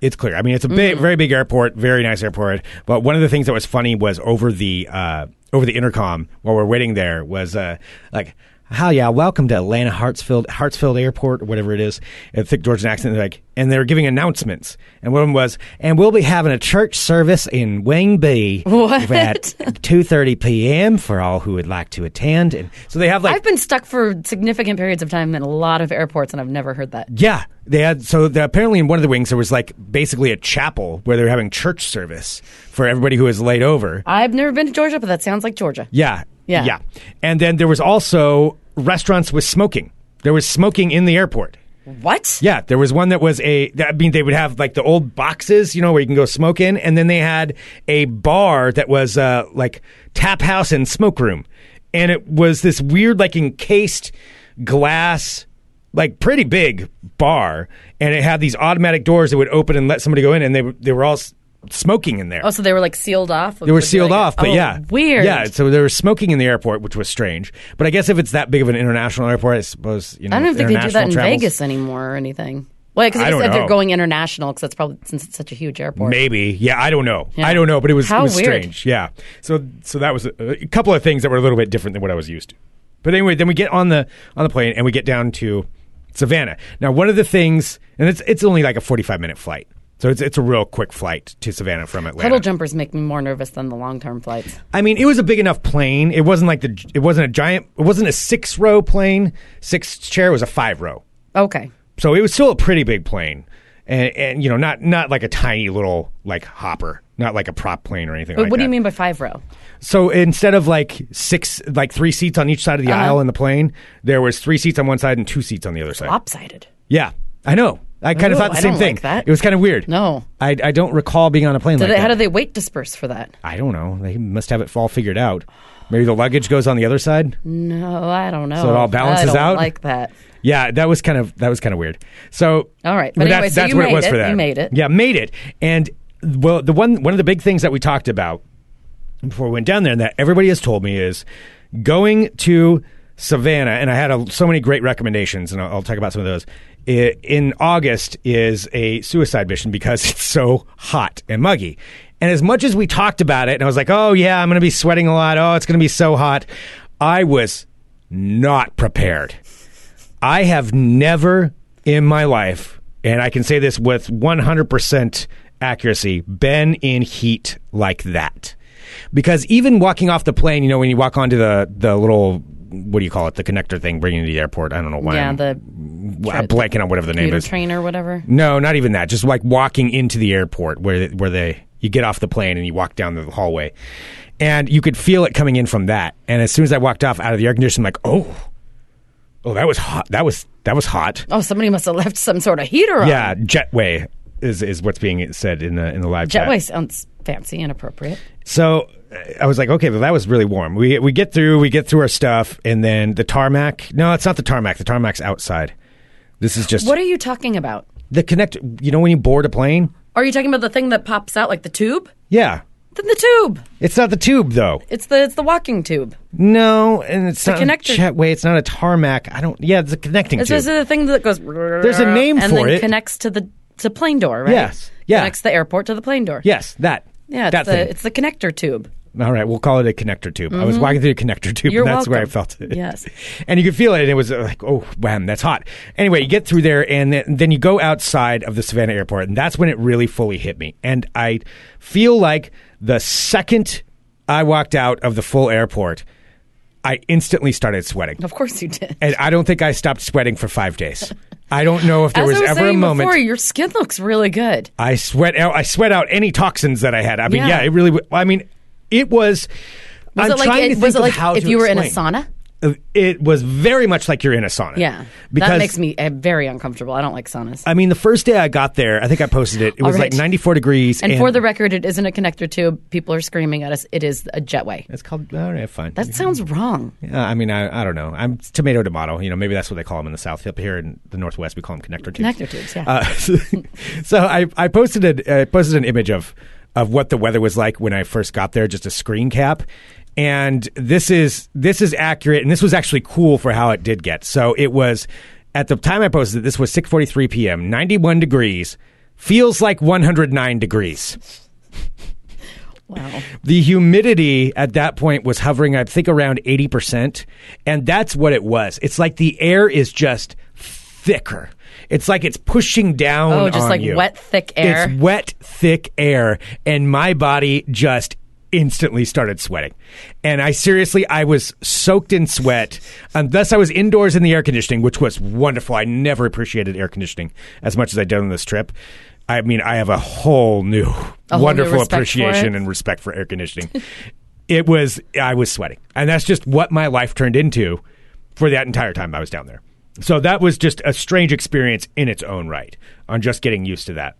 Speaker 6: it's clear. I mean, it's a big, very big airport, very nice airport. But one of the things that was funny was over the uh, over the intercom while we're waiting there was uh, like, "Hi, yeah, welcome to Atlanta Hartsfield Hartsfield Airport, or whatever it is." And thick Georgian accent, they're like, and they were giving announcements, and one of them was, "And we'll be having a church service in Wing B
Speaker 7: What?
Speaker 6: at two thirty p.m. for all who would like to attend." And so they have like
Speaker 7: I've been stuck for significant periods of time in a lot of airports, and I've never heard that.
Speaker 6: Yeah, they had so the, apparently in one of the wings there was like basically a chapel where they were having church service for everybody who was laid over.
Speaker 7: I've never been to Georgia, but that sounds like Georgia.
Speaker 6: Yeah,
Speaker 7: Yeah.
Speaker 6: yeah. And then there was also restaurants with smoking. There was smoking in the airport.
Speaker 7: What?
Speaker 6: Yeah, there was one that was a. I mean, they would have like the old boxes, you know, where you can go smoke in, and then they had a bar that was uh, like tap house and smoke room, and it was this weird, like encased glass, like pretty big bar, and it had these automatic doors that would open and let somebody go in, and they were- they were all s- smoking in there.
Speaker 7: Oh, so they were like sealed off.
Speaker 6: They were sealed off, but
Speaker 7: oh,
Speaker 6: yeah,
Speaker 7: weird.
Speaker 6: Yeah, so they were smoking in the airport, which was strange. But I guess if it's that big of an international airport, I suppose you know.
Speaker 7: I don't even think they do that
Speaker 6: international
Speaker 7: in
Speaker 6: travels-
Speaker 7: Vegas anymore or anything. Well, because
Speaker 6: I
Speaker 7: I
Speaker 6: don't
Speaker 7: said
Speaker 6: know.
Speaker 7: they're going international because that's probably since it's such a huge airport.
Speaker 6: Maybe, yeah. I don't know. I don't know, but it was it
Speaker 7: How
Speaker 6: was
Speaker 7: weird.
Speaker 6: strange. Yeah. So so that was uh, a, a couple of things that were a little bit different than what I was used to. But anyway, then we get on the on the plane and we get down to Savannah. Now, one of the things, and it's it's only like a forty five minute flight, so it's it's a real quick flight to Savannah from Atlanta.
Speaker 7: Puddle jumpers make me more nervous than the long term flights.
Speaker 6: I mean, it was a big enough plane. It wasn't like the it wasn't a giant. It wasn't a six row plane, six chair. It was a five row.
Speaker 7: Okay.
Speaker 6: So it was still a pretty big plane, and and you know not not like a tiny little like hopper, not like a prop plane or anything.
Speaker 7: But
Speaker 6: like
Speaker 7: what do
Speaker 6: that.
Speaker 7: you mean by five row?
Speaker 6: So instead of like six, like three seats on each side of the
Speaker 7: Uh-huh.
Speaker 6: aisle in the plane, there was three seats on one side and two seats on the other side.
Speaker 7: Lopsided.
Speaker 6: Yeah, I know. I kind of
Speaker 7: Ooh,
Speaker 6: thought the
Speaker 7: I
Speaker 6: same
Speaker 7: don't
Speaker 6: thing.
Speaker 7: like that.
Speaker 6: It was kind of weird.
Speaker 7: No.
Speaker 6: I, I don't recall being on a plane
Speaker 7: Do
Speaker 6: like
Speaker 7: they,
Speaker 6: that.
Speaker 7: how do they weight disperse for that?
Speaker 6: I don't know. They must have it all figured out. Maybe the luggage goes on the other side.
Speaker 7: No, Oh, I don't know.
Speaker 6: So it all balances
Speaker 7: I don't
Speaker 6: out?
Speaker 7: Like that.
Speaker 6: Yeah, that was kind of that was kind of weird. So
Speaker 7: All right,
Speaker 6: but
Speaker 7: but
Speaker 6: that's,
Speaker 7: anyway, so
Speaker 6: that's
Speaker 7: you
Speaker 6: what it
Speaker 7: made
Speaker 6: was
Speaker 7: it.
Speaker 6: for that.
Speaker 7: You made it.
Speaker 6: Yeah, made it. And well, the one one of the big things that we talked about before we went down there, and that everybody has told me is going to Savannah, and I had a, so many great recommendations, and I'll, I'll talk about some of those. I in August is a suicide mission because it's so hot and muggy. And as much as we talked about it, and I was like, "Oh yeah, I'm going to be sweating a lot. Oh, it's going to be so hot," I was not prepared. I have never in my life, and I can say this with 100% accuracy, been in heat like that. Because even walking off the plane, you know, when you walk onto the, the little, what do you call it, the connector thing bringing you to the airport, I don't know why.
Speaker 7: yeah,
Speaker 6: I'm,
Speaker 7: the
Speaker 6: I'm blanking on whatever the name
Speaker 7: commuter
Speaker 6: is.
Speaker 7: train or whatever.
Speaker 6: No, not even that. Just like walking into the airport where where they you get off the plane and you walk down the hallway, and you could feel it coming in from that. And as soon as I walked off out of the air conditioner, I'm like, oh, oh, that was hot. That was that was hot.
Speaker 7: Oh, somebody must have left some sort of heater on.
Speaker 6: Yeah, jetway is is what's being said in the in the live chat.
Speaker 7: Jetway sounds fancy and appropriate.
Speaker 6: So uh, I was like, okay, well, that was really warm. We we get through, we get through our stuff, and then the tarmac. No, it's not the tarmac. The tarmac's outside. This is just
Speaker 7: What are you talking about?
Speaker 6: the connect. You know when you board a plane?
Speaker 7: Are you talking about the thing that pops out like the tube?
Speaker 6: Yeah,
Speaker 7: Then the tube.
Speaker 6: it's not the tube though.
Speaker 7: It's the it's the walking tube.
Speaker 6: No, and it's not
Speaker 7: connector.
Speaker 6: a jetway. It's not a tarmac. I don't. Yeah, it's a connecting
Speaker 7: It's
Speaker 6: tube.
Speaker 7: just the thing that goes. There's
Speaker 6: a name
Speaker 7: and
Speaker 6: for
Speaker 7: then
Speaker 6: it.
Speaker 7: Connects to the to plane door, right?
Speaker 6: Yes. Yeah.
Speaker 7: Connects the airport to the plane door.
Speaker 6: yes, that.
Speaker 7: Yeah. It's
Speaker 6: that
Speaker 7: the
Speaker 6: thing.
Speaker 7: it's the connector tube.
Speaker 6: All right, we'll call it a connector tube. I was walking through a connector tube,
Speaker 7: Mm-hmm. You're
Speaker 6: and that's where I
Speaker 7: welcome.
Speaker 6: felt it.
Speaker 7: Yes.
Speaker 6: and you could feel it, and it was uh, like, oh, wham, that's hot. Anyway, you get through there, and then, then you go outside of the Savannah airport, and that's when it really fully hit me. And I feel like the second I walked out of the full airport, I instantly started sweating.
Speaker 7: Of course you did.
Speaker 6: And I don't think I stopped sweating for five days. I don't know if there
Speaker 7: As
Speaker 6: was,
Speaker 7: I was
Speaker 6: ever a
Speaker 7: saying
Speaker 6: moment.
Speaker 7: before, your skin looks really good.
Speaker 6: I sweat out. I sweat out any toxins that I had. I mean, yeah,
Speaker 7: Yeah.
Speaker 6: it really. w- I mean, it was.
Speaker 7: Was
Speaker 6: I'm
Speaker 7: it like
Speaker 6: trying to
Speaker 7: it,
Speaker 6: think
Speaker 7: was it
Speaker 6: of
Speaker 7: like
Speaker 6: how
Speaker 7: if
Speaker 6: to
Speaker 7: you were
Speaker 6: explain.
Speaker 7: in a sauna?
Speaker 6: It was very much like you're in a sauna.
Speaker 7: Yeah.
Speaker 6: because
Speaker 7: that makes me uh, very uncomfortable. I don't like saunas.
Speaker 6: I mean, the first day I got there, I think I posted it. It was
Speaker 7: All
Speaker 6: like
Speaker 7: right.
Speaker 6: 94 degrees.
Speaker 7: and for the record, it isn't a connector tube. People are screaming at us. It is a jetway.
Speaker 6: it's called. All right, fine.
Speaker 7: That sounds wrong.
Speaker 6: Uh, I mean, I, I don't know. I'm it's tomato tomato. You know, maybe that's what they call them in the South. Up here in the Northwest, we call them connector tubes.
Speaker 7: Connector tubes, yeah.
Speaker 6: Uh, so, so I I posted a, I posted an image of of what the weather was like when I first got there, just a screen cap. And this is this is accurate, and this was actually cool for how it did get. So it was at the time I posted it. This was 6:43 p.m. 91 degrees feels like 109 degrees
Speaker 7: Wow.
Speaker 6: the humidity at that point was hovering, I think, around 80%. And that's what it was. It's like the air is just thicker. It's like it's pushing down.
Speaker 7: Oh, just
Speaker 6: on
Speaker 7: like
Speaker 6: you.
Speaker 7: wet, thick air.
Speaker 6: It's wet, thick air. And my body just instantly started sweating. And I seriously, I was soaked in sweat. And thus, I was indoors in the air conditioning, which was wonderful. I never appreciated air conditioning as much as I did on this trip. I mean, I have a whole new
Speaker 7: A whole new
Speaker 6: wonderful
Speaker 7: respect for
Speaker 6: appreciation
Speaker 7: it.
Speaker 6: and respect for air conditioning. it was I was sweating, and that's just what my life turned into for that entire time I was down there. So that was just a strange experience in its own right on just getting used to that.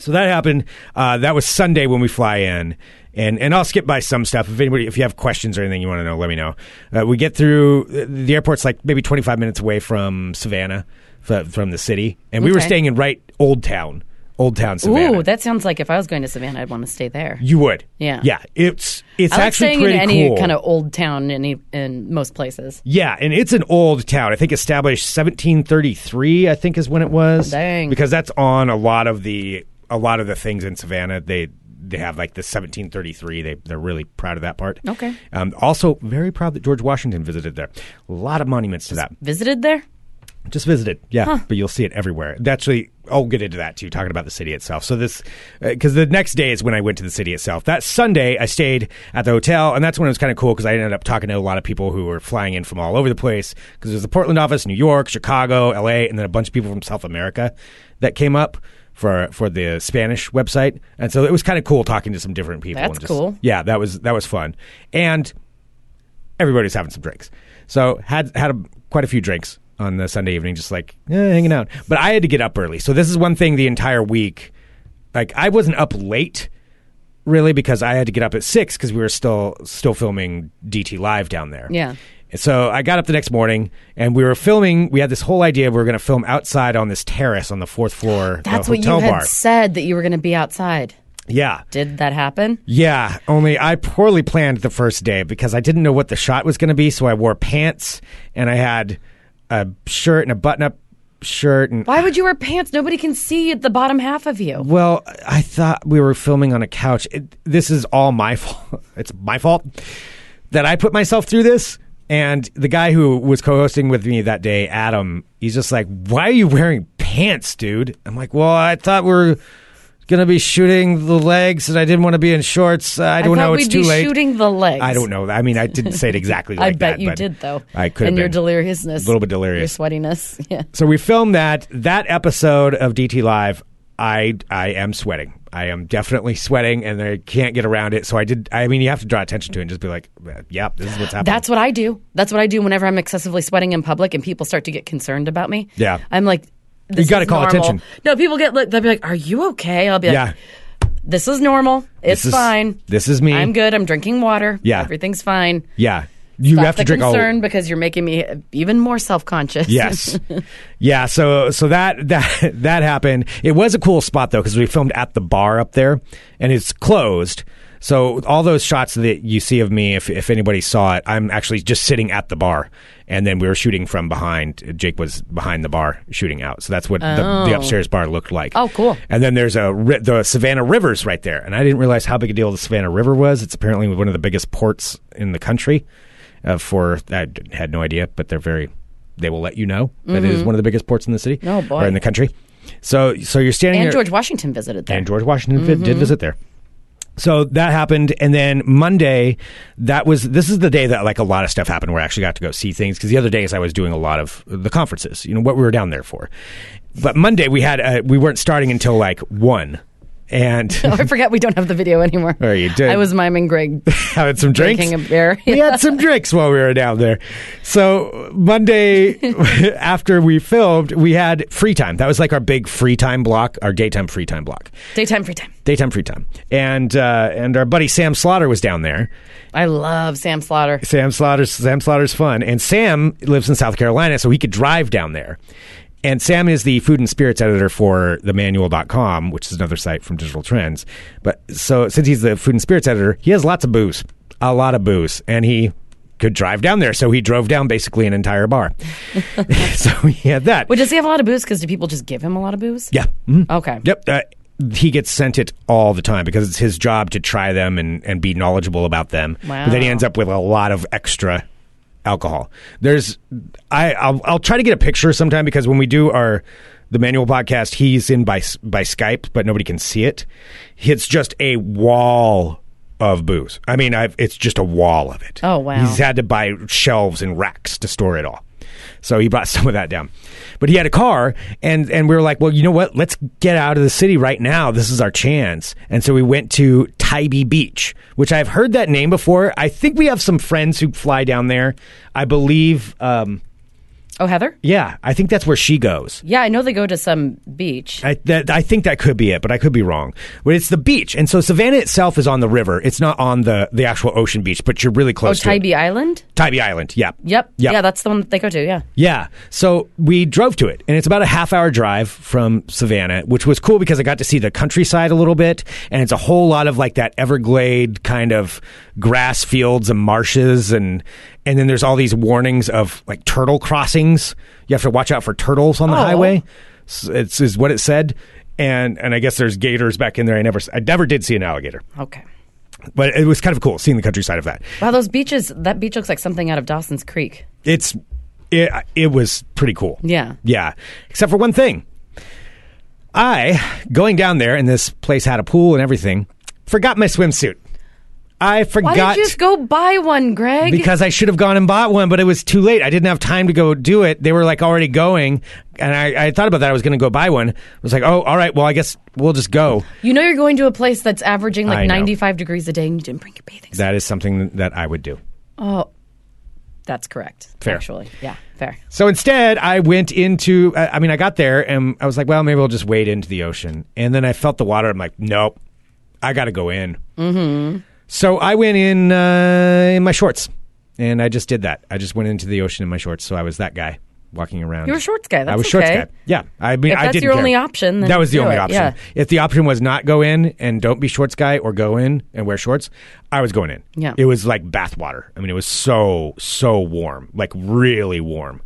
Speaker 6: So that happened. Uh, that was Sunday when we fly in, and and I'll skip by some stuff. If anybody, if you have questions or anything you want to know, let me know. Uh, we get through the airport's like maybe twenty five minutes away from Savannah, f- from the city, and we were
Speaker 7: Okay.
Speaker 6: staying in right Old Town, Old Town Savannah.
Speaker 7: Ooh, that sounds like if I was going to Savannah, I'd want to stay there.
Speaker 6: You would.
Speaker 7: Yeah.
Speaker 6: Yeah. It's it's
Speaker 7: I like
Speaker 6: actually
Speaker 7: staying
Speaker 6: pretty
Speaker 7: in any
Speaker 6: cool.
Speaker 7: kind of old town in any, in most places.
Speaker 6: yeah, and it's an old town. I think established 1733. I think is when it was.
Speaker 7: Dang.
Speaker 6: Because that's on a lot of the a lot of the things in Savannah. They they have like the 1733. They they're really proud of that part.
Speaker 7: Okay.
Speaker 6: Um, also, very proud that George Washington visited there. A lot of monuments to that.
Speaker 7: Visited there?
Speaker 6: Just visited, yeah. But you'll see it everywhere. Actually, I'll get into that too, talking about the city itself. So this, because the next day is when I went to the city itself. That Sunday, I stayed at the hotel, and that's when it was kind of cool because I ended up talking to a lot of people who were flying in from all over the place. Because there's the Portland office, New York, Chicago, L.A., and then a bunch of people from South America that came up for for the Spanish website. And so it was kind of cool talking to some different people.
Speaker 7: That's
Speaker 6: and just-
Speaker 7: cool.
Speaker 6: Yeah, that was that was fun, and everybody's having some drinks. So had had a, quite a few drinks on the Sunday evening, just like eh, hanging out. But I had to get up early, so this is one thing the entire week. Like I wasn't up late, really, because I had to get up at six because we were still still filming DT live down there.
Speaker 7: Yeah.
Speaker 6: So I got up the next morning and we were filming. We had this whole idea we were going to film outside on this terrace on the fourth floor. the
Speaker 7: That's what you
Speaker 6: hotel
Speaker 7: had
Speaker 6: bar.
Speaker 7: said that you were going to be outside.
Speaker 6: Yeah.
Speaker 7: Did that happen?
Speaker 6: Yeah, only I poorly planned the first day because I didn't know what the shot was going to be, so I wore pants and I had a shirt and a button-up shirt and
Speaker 7: Why would you wear pants? Nobody can see the bottom half of you.
Speaker 6: well, I thought we were filming on a couch. It, this is all my fault. It's my fault that I put myself through this. And the guy who was co-hosting with me that day, Adam, he's just like, "Why are you wearing pants, dude?" I'm like, "Well, I thought we are gonna be shooting the legs, and I didn't want to be in shorts. I don't
Speaker 7: I thought
Speaker 6: know. It's
Speaker 7: we'd
Speaker 6: too
Speaker 7: be
Speaker 6: late."
Speaker 7: shooting the legs.
Speaker 6: I don't know. I mean, I didn't say it exactly
Speaker 7: I
Speaker 6: like that.
Speaker 7: bet you
Speaker 6: but
Speaker 7: did though.
Speaker 6: I could have
Speaker 7: And your
Speaker 6: been.
Speaker 7: deliriousness.
Speaker 6: Little bit delirious.
Speaker 7: Your sweatiness. Yeah.
Speaker 6: So we filmed that. That episode of DT Live, I I am sweating. I am definitely sweating, and I can't get around it. So I did. I mean, you have to draw attention to it and just be like, "Yep, this is what's happening."
Speaker 7: That's what I do. That's what I do whenever I'm excessively sweating in public and people start to get concerned about me.
Speaker 6: Yeah.
Speaker 7: I'm like, this
Speaker 6: gotta
Speaker 7: is
Speaker 6: call
Speaker 7: normal.
Speaker 6: attention.
Speaker 7: No, people get, they'll be like, are you okay? I'll be like,
Speaker 6: yeah.
Speaker 7: this is normal. It's
Speaker 6: This is-
Speaker 7: fine.
Speaker 6: This is me.
Speaker 7: I'm good. I'm drinking water.
Speaker 6: Yeah.
Speaker 7: Everything's fine.
Speaker 6: Yeah, you
Speaker 7: Stop
Speaker 6: have to
Speaker 7: the
Speaker 6: drink
Speaker 7: concern
Speaker 6: all.
Speaker 7: because you're making me even more self conscious.
Speaker 6: Yes, yeah. So so that that that happened. It was a cool spot though because we filmed at the bar up there, and it's closed. So all those shots that you see of me, if if anybody saw it, I'm actually just sitting at the bar, and then we were shooting from behind. Jake was behind the bar shooting out. So that's what the, the upstairs bar looked like.
Speaker 7: Oh, cool.
Speaker 6: And then there's a ri- the Savannah River's right there, and I didn't realize how big a deal the Savannah River was. It's apparently one of the biggest ports in the country. Uh, for I d- had no idea, but they're very they will let you know that it is one of the biggest ports in the city
Speaker 7: Mm-hmm. Oh, boy.
Speaker 6: or in the country. So so you're standing
Speaker 7: And
Speaker 6: there,
Speaker 7: George Washington visited there.
Speaker 6: and George Washington vi-
Speaker 7: Mm-hmm.
Speaker 6: did visit there. So that happened, and then Monday, that was this is the day that like a lot of stuff happened where I actually got to go see things because the other days I was doing a lot of the conferences, you know what we were down there for. But Monday we had uh we weren't starting until like one, and
Speaker 7: Oh, I forgot we don't have the video anymore.
Speaker 6: Oh, you did.
Speaker 7: I was miming Greg.
Speaker 6: had some drinks.
Speaker 7: Drinking a beer.
Speaker 6: we had some drinks while we were down there. So Monday after we filmed, we had free time. That was like our big free time block, our daytime free time block,
Speaker 7: Daytime free time.
Speaker 6: daytime free time. And uh, and our buddy Sam Slaughter was down there.
Speaker 7: I love Sam Slaughter.
Speaker 6: Sam Slaughter's Sam Slaughter's fun, and Sam lives in South Carolina, so he could drive down there. And Sam is the food and spirits editor for themanual.com, which is another site from Digital Trends. But so since he's the food and spirits editor, he has lots of booze, a lot of booze, and he could drive down there. So he drove down basically an entire bar. so he had that.
Speaker 7: Wait, does he have a lot of booze? Because do people just give him a lot of booze?
Speaker 6: yeah. Mhm.
Speaker 7: Okay.
Speaker 6: Yep. Uh, he gets sent it all the time because it's his job to try them and, and be knowledgeable about them.
Speaker 7: Wow.
Speaker 6: But then he ends up with a lot of extra alcohol. There's, I, I'll, I'll try to get a picture sometime because when we do our the manual podcast, he's in by s- by Skype, but nobody can see it. It's just a wall of booze. I mean, I've, it's just a wall of it.
Speaker 7: Oh, wow.
Speaker 6: He's had to buy shelves and racks to store it all. So he brought some of that down. But he had a car and and we were like, well, you know what? Let's get out of the city right now. This is our chance. And so we went to Tybee Beach, which I've heard that name before. I think we have some friends who fly down there. I believe um
Speaker 7: Oh, Heather?
Speaker 6: yeah, I think that's where she goes.
Speaker 7: Yeah, I know they go to some beach.
Speaker 6: I, that, I think that could be it, but I could be wrong. But it's the beach, and so Savannah itself is on the river. It's not on the, the actual ocean beach, but you're really
Speaker 7: oh,
Speaker 6: close to it.
Speaker 7: Tybee Island?
Speaker 6: Tybee Island. Yeah.
Speaker 7: Yep.
Speaker 6: Yep.
Speaker 7: Yeah, that's the one that they go to. Yeah.
Speaker 6: Yeah. So we drove to it, and it's about a half hour drive from Savannah, which was cool because I got to see the countryside a little bit, and it's a whole lot of like that Everglade kind of grass fields and marshes, and and then there's all these warnings of like turtle crossings. You have to watch out for turtles on the
Speaker 7: Oh.
Speaker 6: highway. S- It's is what it said, and and I guess there's gators back in there. I never s- I never did see an alligator,
Speaker 7: Okay.
Speaker 6: but it was kind of cool seeing the countryside of that.
Speaker 7: Wow, those beaches, that beach looks like something out of Dawson's Creek.
Speaker 6: It's it, it was pretty cool.
Speaker 7: Yeah.
Speaker 6: Yeah. Except for one thing. I, going down there, and this place had a pool and everything, forgot my swimsuit. I
Speaker 7: Why
Speaker 6: forgot
Speaker 7: did you just go buy one, Greg?
Speaker 6: because I should have gone and bought one, but it was too late. I didn't have time to go do it. They were like already going, and I, I thought about that. I was going to go buy one. I was like, oh, all right, well, I guess we'll just go.
Speaker 7: you know you're going to a place that's averaging
Speaker 6: I
Speaker 7: like
Speaker 6: know.
Speaker 7: 95 degrees a day and you didn't bring your bathing suit.
Speaker 6: That is something that I would do.
Speaker 7: Oh, that's correct.
Speaker 6: Fair.
Speaker 7: Actually, yeah, fair.
Speaker 6: So instead, I went into. I I mean, I got there and I was like, well, maybe I'll just wade into the ocean. And then I felt the water. I'm like, nope, I got to go in. Mm-hmm. So I went in uh, in my shorts, and I just did that. I just went into the ocean in my shorts. So I was that guy walking around.
Speaker 7: You were shorts guy. That's
Speaker 6: I was shorts
Speaker 7: okay.
Speaker 6: guy. Yeah, I mean,
Speaker 7: If
Speaker 6: I
Speaker 7: that's
Speaker 6: didn't
Speaker 7: your
Speaker 6: care.
Speaker 7: only option, then
Speaker 6: that was the
Speaker 7: do
Speaker 6: only
Speaker 7: it,
Speaker 6: option.
Speaker 7: yeah.
Speaker 6: If the option was not go in and don't be shorts guy or go in and wear shorts, I was going in.
Speaker 7: Yeah.
Speaker 6: it was like bathwater. I mean, it was so so warm, like really warm.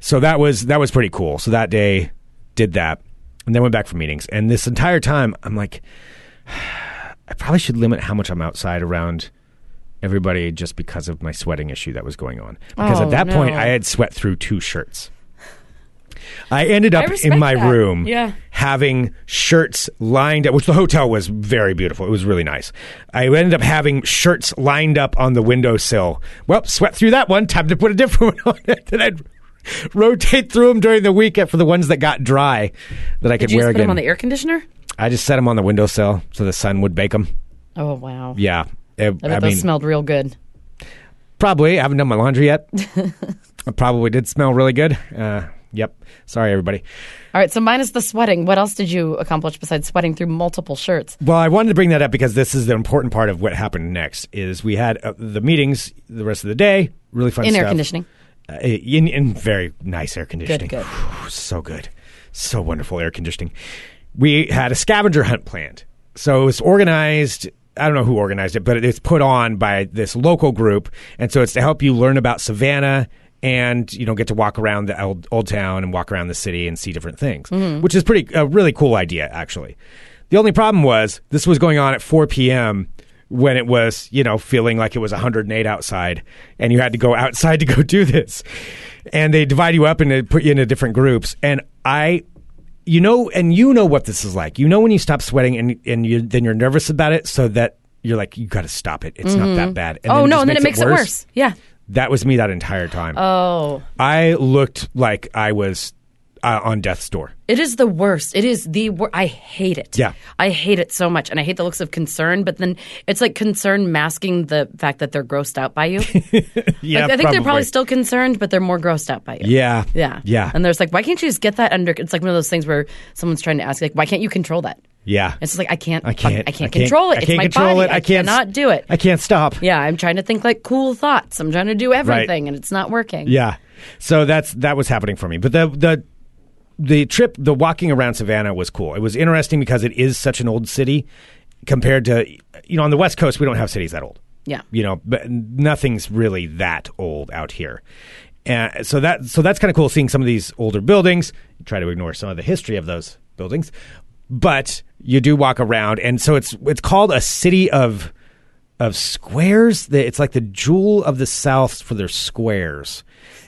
Speaker 6: So that was that was pretty cool. So that day, did that, and then went back for meetings. And this entire time, I'm like, I probably should limit how much I'm outside around everybody just because of my sweating issue that was going on. Because
Speaker 7: Oh,
Speaker 6: at that point,
Speaker 7: no.
Speaker 6: I had sweat through two shirts. I ended
Speaker 7: I
Speaker 6: up
Speaker 7: respect
Speaker 6: in my
Speaker 7: that.
Speaker 6: room
Speaker 7: Yeah.
Speaker 6: having shirts lined up, which the hotel was very beautiful. It was really nice. I ended up having shirts lined up on the windowsill. Well, sweat through that one. Time to put a different one on it. Then I'd rotate through them during the weekend for the ones that got dry that I could
Speaker 7: Did you
Speaker 6: wear
Speaker 7: just put
Speaker 6: again.
Speaker 7: him on the air conditioner?
Speaker 6: I just set them on the windowsill so the sun would bake them.
Speaker 7: Oh wow.
Speaker 6: Yeah. It-
Speaker 7: I bet
Speaker 6: I
Speaker 7: those
Speaker 6: mean,
Speaker 7: smelled real good.
Speaker 6: Probably. I haven't done my laundry yet. I probably did smell really good. Uh, yep. Sorry, everybody.
Speaker 7: All right, so minus the sweating, what else did you accomplish besides sweating through multiple shirts?
Speaker 6: Well, I wanted to bring that up because this is the important part of what happened next. Is we had uh, the meetings the rest of the day. Really fun
Speaker 7: In air
Speaker 6: stuff.
Speaker 7: conditioning.
Speaker 6: Uh, in, in very nice air conditioning.
Speaker 7: good.
Speaker 6: so good. So wonderful air conditioning. We had a scavenger hunt planned. So it was organized. I don't know who organized it, but it's put on by this local group. And so it's to help you learn about Savannah and, you know, get to walk around the old, old town and walk around the city and see different things,
Speaker 7: Mm-hmm.
Speaker 6: which is pretty, a really cool idea, actually. The only problem was this was going on at 4 p.m. when it was, you know, feeling like it was 108 outside and you had to go outside to go do this. And they divide you up and they put you into different groups. And I, you know, and you know what this is like. You know when you stop sweating and, and you, then you're nervous about it so that you're like, you got to stop it. It's not that bad. And
Speaker 7: Oh
Speaker 6: it
Speaker 7: no,
Speaker 6: just
Speaker 7: and then it makes it worse. Yeah.
Speaker 6: That was me that entire time.
Speaker 7: Oh.
Speaker 6: I looked like I was uh, on death's door.
Speaker 7: It is the worst. It is the worst. I hate it.
Speaker 6: Yeah.
Speaker 7: I hate it so much. And I hate the looks of concern, but then it's like concern masking the fact that they're grossed out by you.
Speaker 6: Yeah,
Speaker 7: I think they're probably still concerned, but they're more grossed out by you.
Speaker 6: Yeah.
Speaker 7: Yeah.
Speaker 6: Yeah.
Speaker 7: And there's like, why can't you just get that under? It's like one of those things where someone's trying to ask, like, why can't you control that?
Speaker 6: yeah.
Speaker 7: It's just like, I can't,
Speaker 6: I can't.
Speaker 7: I can't control
Speaker 6: I
Speaker 7: it. It's
Speaker 6: can't
Speaker 7: my
Speaker 6: control
Speaker 7: body.
Speaker 6: it. I, can't
Speaker 7: cannot do it.
Speaker 6: I can't stop.
Speaker 7: yeah. I'm trying to think like cool thoughts. I'm trying to do everything and it's not working.
Speaker 6: Yeah. So that's that was happening for me. But the the the trip, the walking around Savannah was cool. It was interesting because it is such an old city compared to you know on the West Coast we don't have cities that old.
Speaker 7: Yeah.
Speaker 6: You know, but nothing's really that old out here. And so that so that's kind of cool seeing some of these older buildings. Try to ignore some of the history of those buildings, but you do walk around, and so it's it's called a city of of squares. The- It's like the jewel of the South for their squares,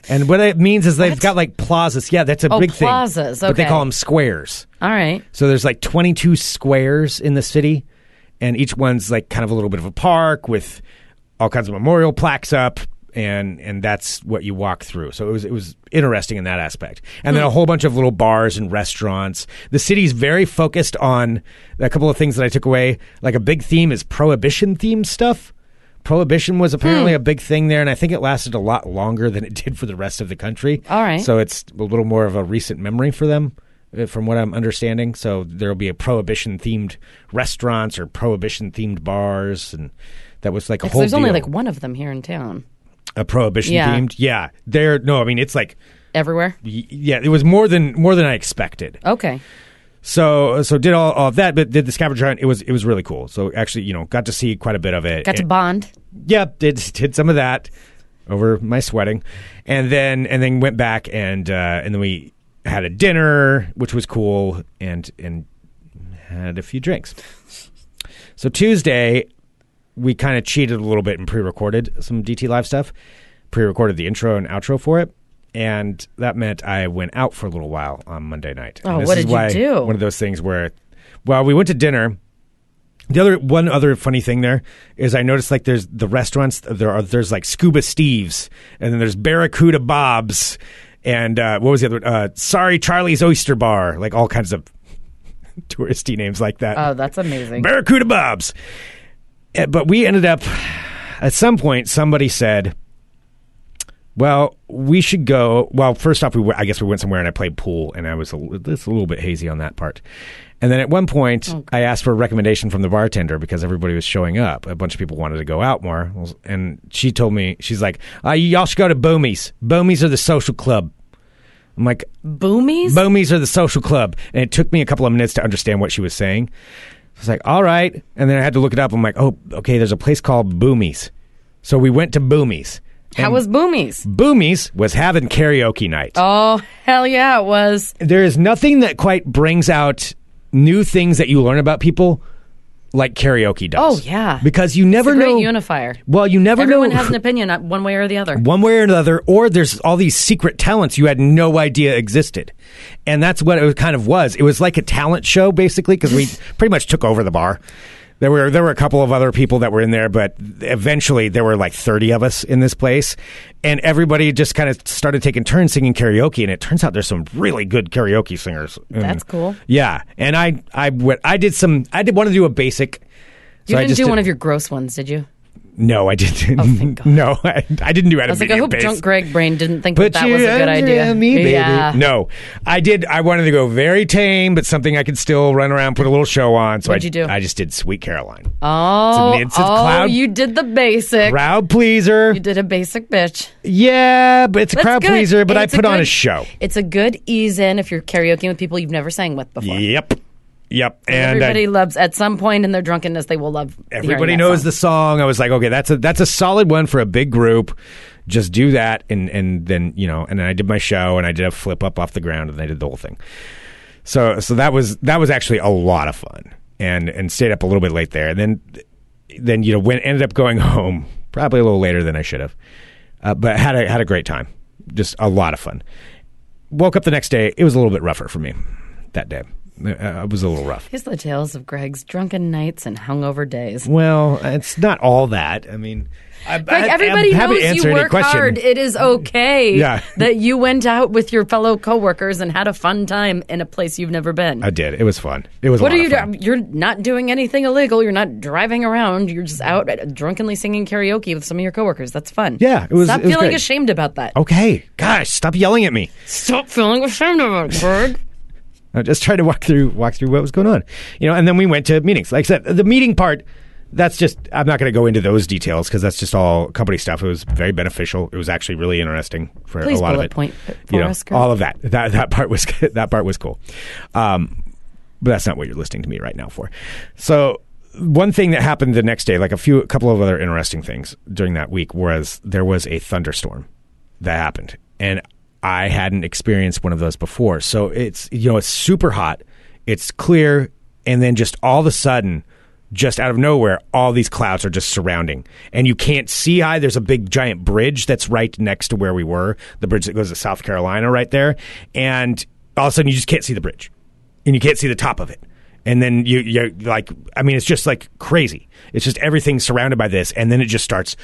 Speaker 6: and what it means is they've got like plazas. Yeah, that's a
Speaker 7: Oh,
Speaker 6: big thing.
Speaker 7: plazas,
Speaker 6: but they
Speaker 7: okay.
Speaker 6: call them squares.
Speaker 7: All right.
Speaker 6: So there's like 22 squares in the city, and each one's like kind of a little bit of a park with all kinds of memorial plaques up, and and that's what you walk through. So it was it was interesting in that aspect, and
Speaker 7: Hmm.
Speaker 6: then a whole bunch of little bars and restaurants. The city's very focused on a couple of things that I took away. Like a big theme is prohibition theme stuff. Prohibition
Speaker 7: Hmm.
Speaker 6: was apparently a big thing there, and I think it lasted a lot longer than it did for the rest of the country.
Speaker 7: All right.
Speaker 6: So it's a little more of a recent memory for them, uh, from what I'm understanding. So there'll be a prohibition themed restaurants or prohibition themed bars, and that was like a
Speaker 7: So
Speaker 6: whole.
Speaker 7: there's only
Speaker 6: deal.
Speaker 7: like one of them here in town.
Speaker 6: a prohibition themed. Yeah, there. No, I mean it's like
Speaker 7: Everywhere.
Speaker 6: y- yeah, it was more than more than I expected.
Speaker 7: Okay.
Speaker 6: So so did all, all of that, but did the scavenger hunt. It was it was really cool. So actually, you know, got to see quite a bit of it.
Speaker 7: Got to
Speaker 6: And-
Speaker 7: bond.
Speaker 6: yep did did some of that over my sweating and then and then went back and uh and then we had a dinner which was cool and and had a few drinks so tuesday we kind of cheated a little bit and pre-recorded some dt live stuff pre-recorded the intro and outro for it and that meant i went out for a little while on monday night
Speaker 7: Oh,
Speaker 6: And this
Speaker 7: what
Speaker 6: is
Speaker 7: did you
Speaker 6: why-
Speaker 7: do?
Speaker 6: one of those things where well we went to dinner the other one other funny thing there is I noticed like there's the restaurants there are there's like Scuba Steve's and then there's Barracuda Bob's and uh, what was the other one? Uh, Sorry Charlie's Oyster Bar like all kinds of touristy names like that.
Speaker 7: Oh, that's amazing.
Speaker 6: Barracuda Bob's. Uh, But we ended up at some point somebody said, "Well, we should go." Well, first off, we w- I guess we went somewhere and I played pool, and I was a, l- just a little bit hazy on that part. And then at one point, I asked for a recommendation from the bartender because everybody was showing up. A bunch of people wanted to go out more, "Ah, and she told me she's like, uh, "Y'all should go to Bomies. Bomies are the social club." I'm like,
Speaker 7: Boomies?
Speaker 6: Bomies are the social club. And it took me a couple of minutes to understand what she was saying. I was like, all right. And then I had to look it up. I'm like, oh, okay, there's a place called Boomies. So we went to Boomies.
Speaker 7: How
Speaker 6: And
Speaker 7: was Boomies?
Speaker 6: Boomies was having karaoke night.
Speaker 7: Oh, hell yeah, it was.
Speaker 6: There is nothing that quite brings out new things that you learn about people like karaoke does.
Speaker 7: Oh, yeah.
Speaker 6: Because you never
Speaker 7: it's a great
Speaker 6: know
Speaker 7: unifier.
Speaker 6: Well, you never
Speaker 7: Everyone
Speaker 6: know
Speaker 7: has an opinion uh, one way or the other.
Speaker 6: one way or another, or there's all these secret talents you had no idea existed. And that's what it kind of was. It was like a talent show, basically, because we pretty much took over the bar. There were there were a couple of other people that were in there, but eventually there were like thirty of us in this place, and everybody just kind of started taking turns singing karaoke. And it turns out there's some really good karaoke singers.
Speaker 7: That's cool.
Speaker 6: Yeah, and I I went I did some I did want to do a basic.
Speaker 7: You
Speaker 6: so I
Speaker 7: didn't
Speaker 6: just
Speaker 7: do
Speaker 6: did-
Speaker 7: one of your gross ones, did you?
Speaker 6: No, I didn't.
Speaker 7: Oh, thank God.
Speaker 6: No, I, I didn't do.
Speaker 7: I was like, I hope drunk Greg brain didn't think
Speaker 6: Put
Speaker 7: that, that
Speaker 6: your
Speaker 7: was a good
Speaker 6: arms
Speaker 7: idea.
Speaker 6: around me, baby.
Speaker 7: Yeah.
Speaker 6: No, I did. I wanted to go very tame, but something I could still run around, put a little show on. So I,
Speaker 7: What'd you do?
Speaker 6: I just did Sweet Caroline,
Speaker 7: Oh,
Speaker 6: It's a- it's a
Speaker 7: oh,
Speaker 6: cloud-
Speaker 7: you did the basic.
Speaker 6: crowd pleaser.
Speaker 7: You did a basic bitch.
Speaker 6: Yeah, but it's a
Speaker 7: That's
Speaker 6: crowd
Speaker 7: good.
Speaker 6: pleaser. But
Speaker 7: It's
Speaker 6: I put on
Speaker 7: good-
Speaker 6: a show.
Speaker 7: It's a good ease in if you're karaokeing with people you've never sang with before.
Speaker 6: Yep, yep. And uh, I-
Speaker 7: Everybody loves at some point in their drunkenness they will love. hearing
Speaker 6: everybody
Speaker 7: that
Speaker 6: knows
Speaker 7: song.
Speaker 6: the song. I was like, okay, that's a that's a solid one for a big group. Just do that, and and then you know, and then I did my show, and I did a flip up off the ground, and I did the whole thing. So so that was that was actually a lot of fun, and and stayed up a little bit late there, and then then you know went ended up going home probably a little later than I should have, uh, but had a had a great time, just a lot of fun. Woke up the next day, it was a little bit rougher for me that day. Uh, it was a little rough.
Speaker 7: Here's the tales of Greg's drunken nights and hungover days.
Speaker 6: Well, it's not all that. I mean, I,
Speaker 7: Greg,
Speaker 6: I-
Speaker 7: everybody
Speaker 6: I'm happy to
Speaker 7: knows
Speaker 6: answer
Speaker 7: you
Speaker 6: any
Speaker 7: work
Speaker 6: question.
Speaker 7: hard. It is okay
Speaker 6: Yeah.
Speaker 7: that you went out with your fellow coworkers and had a fun time in a place you've never been.
Speaker 6: I did. It was fun. It was. a
Speaker 7: what are
Speaker 6: lot
Speaker 7: you
Speaker 6: of fun.
Speaker 7: doing? You're not doing anything illegal. You're not driving around. You're just out uh, drunkenly singing karaoke with some of your coworkers. That's fun.
Speaker 6: Yeah, it was-
Speaker 7: Stop
Speaker 6: it was
Speaker 7: feeling
Speaker 6: great. Oh.
Speaker 7: ashamed about that.
Speaker 6: Okay, gosh, stop yelling at me.
Speaker 7: Stop feeling ashamed about it, Greg.
Speaker 6: I just tried to walk through walk through what was going on, you know. And then we went to meetings. Like I said, the meeting part. That's just. I'm not going to go into those details because that's just all company stuff. It was very beneficial. It was actually really interesting for
Speaker 7: Please
Speaker 6: a lot of
Speaker 7: bullet
Speaker 6: it.
Speaker 7: point for
Speaker 6: you know,
Speaker 7: us, Kurt.
Speaker 6: all of that. That that part was that part was cool. Um, but that's not what you're listening to me right now for. So one thing that happened the next day, like a few, a couple of other interesting things during that week, was there was a thunderstorm that happened, and I hadn't experienced one of those before. So it's you know it's super hot, it's clear, and then just all of a sudden. Just out of nowhere, all these clouds are just surrounding, and you can't see high. There's a big giant bridge that's right next to where we were, the bridge that goes to South Carolina, right there. And all of a sudden, you just can't see the bridge and you can't see the top of it. And then you, you're like, I mean, it's just like crazy. It's just everything surrounded by this. And then it just starts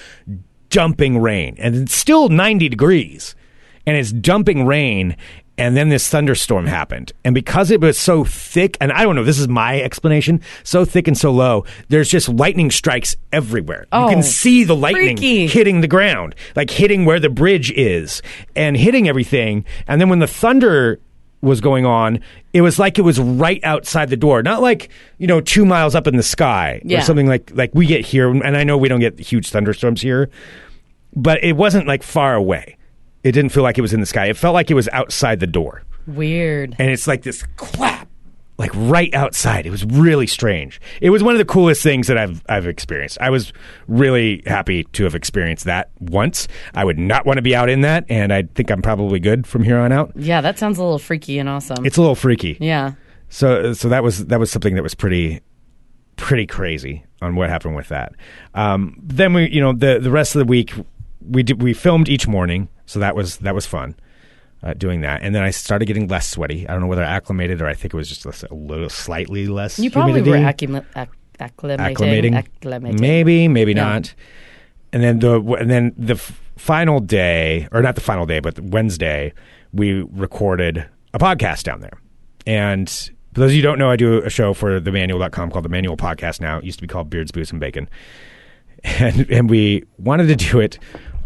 Speaker 6: dumping rain. And it's still 90 degrees. And it's dumping rain. And then this thunderstorm happened. And because it was so thick, and I don't know, this is my explanation so thick and so low, there's just lightning strikes everywhere. you
Speaker 7: Oh,
Speaker 6: can see the lightning
Speaker 7: freaky.
Speaker 6: hitting the ground, like hitting where the bridge is and hitting everything. And then when the thunder was going on, it was like it was right outside the door, not like, you know, two miles up in the sky
Speaker 7: Yeah.
Speaker 6: or something like like we get here. And I know we don't get huge thunderstorms here, but it wasn't like far away. It didn't feel like it was in the sky. It felt like it was outside the door
Speaker 7: Weird.
Speaker 6: and it's like this clap like right outside it was really strange it was one of the coolest things that i've i've experienced i was really happy to have experienced that once i would not want to be out in that and i think i'm probably good from here on out
Speaker 7: Yeah, that sounds a little freaky and awesome.
Speaker 6: it's a little freaky
Speaker 7: yeah.
Speaker 6: so so that was that was something that was pretty pretty crazy on what happened with that. Um, then we you know the the rest of the week we did, we filmed each morning, so that was that was fun. Uh, doing that, and then I started getting less sweaty. I don't know whether I acclimated or I think it was just a little, slightly less.
Speaker 7: You probably
Speaker 6: humidity
Speaker 7: were acclim- ac- acclimating.
Speaker 6: acclimating,
Speaker 7: Acclimating.
Speaker 6: maybe maybe
Speaker 7: Yeah.
Speaker 6: not and then the and then the f- final day or not the final day but wednesday we recorded a podcast down there and for those of you who don't know i do a show for themanual.com called the manual podcast now it used to be called beards booze and bacon and and we wanted to do it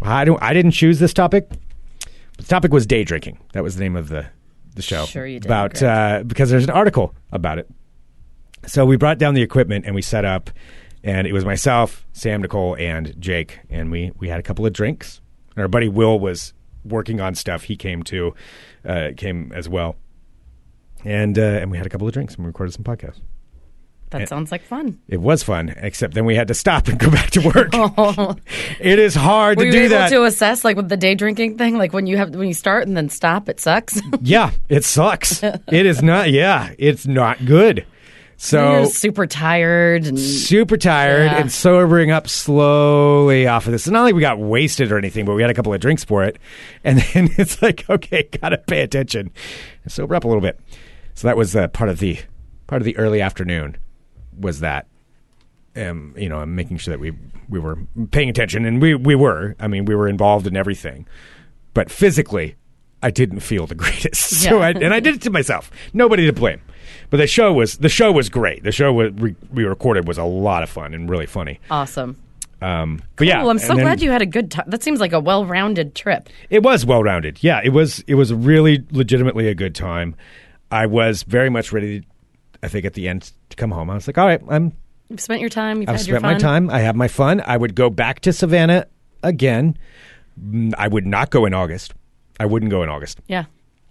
Speaker 6: i don't i didn't choose this topic the topic was day drinking that was the name of the the show
Speaker 7: Sure you did,
Speaker 6: about
Speaker 7: Greg.
Speaker 6: uh, because there's an article about it so we brought down the equipment and we set up, and it was myself, Sam, Nicole, and Jake, and we we had a couple of drinks. And our buddy Will was working on stuff, he came to uh, came as well, and uh, and we had a couple of drinks and we recorded some podcasts.
Speaker 7: That sounds like fun.
Speaker 6: It was fun, except then we had to stop and go back to work.
Speaker 7: Oh.
Speaker 6: It is hard
Speaker 7: Were
Speaker 6: to
Speaker 7: you
Speaker 6: do
Speaker 7: able
Speaker 6: that.
Speaker 7: to assess like with the day drinking thing? Like when you have when you start and then stop, it sucks.
Speaker 6: yeah, it sucks. it is not. Yeah, it's not good. So
Speaker 7: You're super tired and
Speaker 6: super tired
Speaker 7: Yeah.
Speaker 6: and sobering up slowly off of this. It's not like we got wasted or anything, but we had a couple of drinks for it. And then it's like, okay, gotta pay attention. And sober up a little bit. So that was uh, part of the part of the early afternoon was that. Um, you know, and making sure that we we were paying attention and we, we were. I mean, we were involved in everything. But physically, I didn't feel the greatest. So
Speaker 7: Yeah.
Speaker 6: I, and I did it to myself. Nobody to blame. But the show was the show was great. The show was, we, we recorded was a lot of fun and really funny.
Speaker 7: awesome.
Speaker 6: Um, but yeah,
Speaker 7: Well, I'm
Speaker 6: and
Speaker 7: so
Speaker 6: then-
Speaker 7: glad you had a good time. That seems like a well-rounded trip.
Speaker 6: It was well rounded. Yeah, it was. It was really legitimately a good time. I was very much ready. I think at the end to come home, I was like, all right, I'm
Speaker 7: You've spent your time. You've
Speaker 6: I've
Speaker 7: had your
Speaker 6: spent
Speaker 7: fun.
Speaker 6: my time. I have my fun. I would go back to Savannah again. Mm, I would not go in August. I wouldn't go in August.
Speaker 7: Yeah.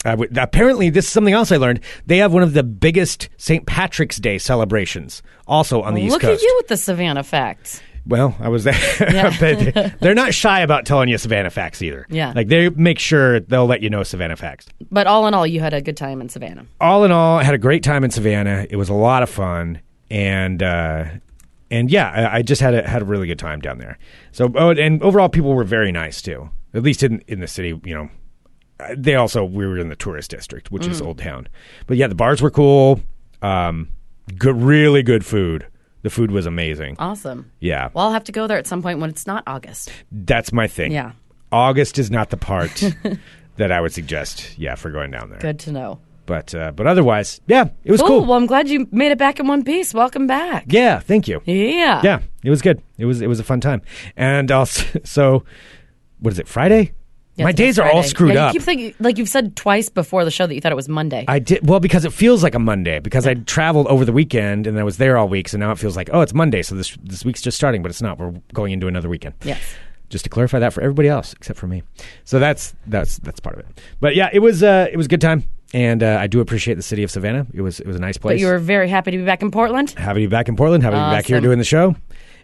Speaker 6: I would, apparently, this is something else I learned. They have one of the biggest St. Patrick's Day celebrations, also on the East
Speaker 7: Look
Speaker 6: Coast.
Speaker 7: at you with the Savannah facts.
Speaker 6: Well, I was there. But they- they're not shy about telling you Savannah facts either.
Speaker 7: Yeah.
Speaker 6: Like they make sure they'll let you know Savannah facts.
Speaker 7: But all in all, you had a good time in Savannah.
Speaker 6: All in all, I had a great time in Savannah. It was a lot of fun, and uh, and yeah, I, I just had a had a really good time down there. So oh, and overall, people were very nice too. At least in in the city, you know. Uh, They also we were in the tourist district, which
Speaker 7: Mm.
Speaker 6: is Old Town. But yeah, the bars were cool. Um, good, really good food. The food was amazing.
Speaker 7: Awesome.
Speaker 6: Yeah.
Speaker 7: Well, I'll have to go there at some point when it's not August.
Speaker 6: That's my thing.
Speaker 7: Yeah.
Speaker 6: August is not the part that I would suggest. Yeah, for going down there.
Speaker 7: Good to know.
Speaker 6: But uh, but otherwise, yeah, it was cool.
Speaker 7: Well, I'm glad you made it back in one piece. Welcome back.
Speaker 6: yeah, thank you.
Speaker 7: Yeah.
Speaker 6: Yeah, it was good. It was it was a fun time. And also, so what is it? Friday?
Speaker 7: Yeah,
Speaker 6: my
Speaker 7: it's next
Speaker 6: days are all
Speaker 7: Friday.
Speaker 6: screwed
Speaker 7: yeah,
Speaker 6: up.
Speaker 7: You keep thinking, like you've said twice before the show that you thought it was Monday.
Speaker 6: I did well because it feels like a Monday because I traveled over the weekend and I was there all week, so now it feels like oh it's Monday, so this this week's just starting, but it's not. We're going into another weekend.
Speaker 7: Yes.
Speaker 6: Just to clarify that for everybody else except for me. So that's that's that's part of it. But yeah, it was uh, it was a good time, and uh, I do appreciate the city of Savannah. It was it was a nice
Speaker 7: but
Speaker 6: place.
Speaker 7: you were very happy to be back in Portland.
Speaker 6: happy to be back in Portland. Happy to be back here
Speaker 7: Awesome.
Speaker 6: doing the show.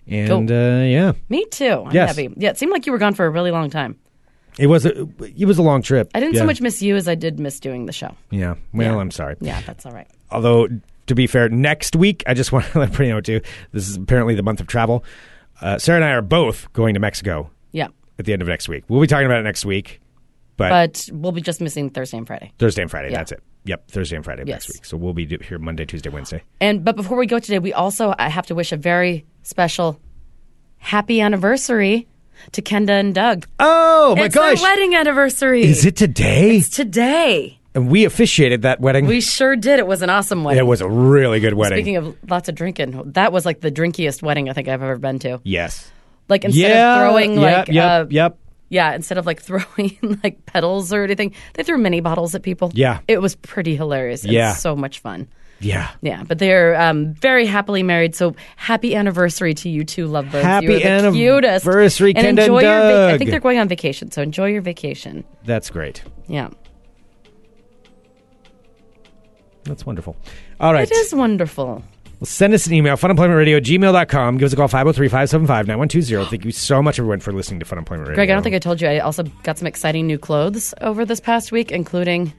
Speaker 6: And uh, yeah,
Speaker 7: Me too. I'm
Speaker 6: Yes.
Speaker 7: happy. Yeah, it seemed like you were gone for a really long time.
Speaker 6: it was a it was a long trip.
Speaker 7: I didn't
Speaker 6: Yeah.
Speaker 7: so much miss you as I did miss doing the show.
Speaker 6: Yeah. Well,
Speaker 7: Yeah.
Speaker 6: I'm sorry.
Speaker 7: Yeah, that's all right.
Speaker 6: Although, to be fair, next week, I just want to let everybody know, too, this is apparently the month of travel. Uh, Sarah and I are both going to Mexico
Speaker 7: Yeah.
Speaker 6: at the end of next week. We'll be talking about it next week, but,
Speaker 7: But we'll be just missing Thursday and Friday.
Speaker 6: Thursday and Friday,
Speaker 7: Yeah.
Speaker 6: that's it. Yep, Thursday and Friday of next
Speaker 7: Yes.
Speaker 6: week. So we'll be do- here Monday, Tuesday, Wednesday.
Speaker 7: And but before we go today, we also I have to wish a very special happy anniversary to Kenda and Doug.
Speaker 6: Oh, my
Speaker 7: it's
Speaker 6: gosh.
Speaker 7: their wedding anniversary.
Speaker 6: Is it today?
Speaker 7: today?
Speaker 6: and we officiated that wedding.
Speaker 7: We sure did. It was an awesome wedding.
Speaker 6: it was a really good wedding.
Speaker 7: Speaking of lots of drinking, that was like the drinkiest wedding I think I've ever been to.
Speaker 6: yes.
Speaker 7: Like instead
Speaker 6: Yeah.
Speaker 7: of throwing
Speaker 6: yep,
Speaker 7: like
Speaker 6: yep,
Speaker 7: uh,
Speaker 6: yep.
Speaker 7: yeah, instead of like throwing like petals or anything, they threw mini bottles at people.
Speaker 6: Yeah.
Speaker 7: it was pretty hilarious. and
Speaker 6: Yeah.
Speaker 7: so much fun.
Speaker 6: Yeah.
Speaker 7: Yeah, but they're um, very happily married. So happy anniversary to you two lovebirds.
Speaker 6: Happy
Speaker 7: you are the cutest.
Speaker 6: anniversary,
Speaker 7: and
Speaker 6: Kenda and
Speaker 7: enjoy your. vac- I
Speaker 6: Doug.
Speaker 7: think they're going on vacation, so enjoy your vacation.
Speaker 6: That's great.
Speaker 7: Yeah,
Speaker 6: That's wonderful. All right.
Speaker 7: it is wonderful.
Speaker 6: Send us an email, funemploymentradio gmail.com. Give us a call, 503 575 9120. Thank you so much, everyone, for listening to Fun Employment Radio.
Speaker 7: Greg, I don't think I told you. I also got some exciting new clothes over this past week, including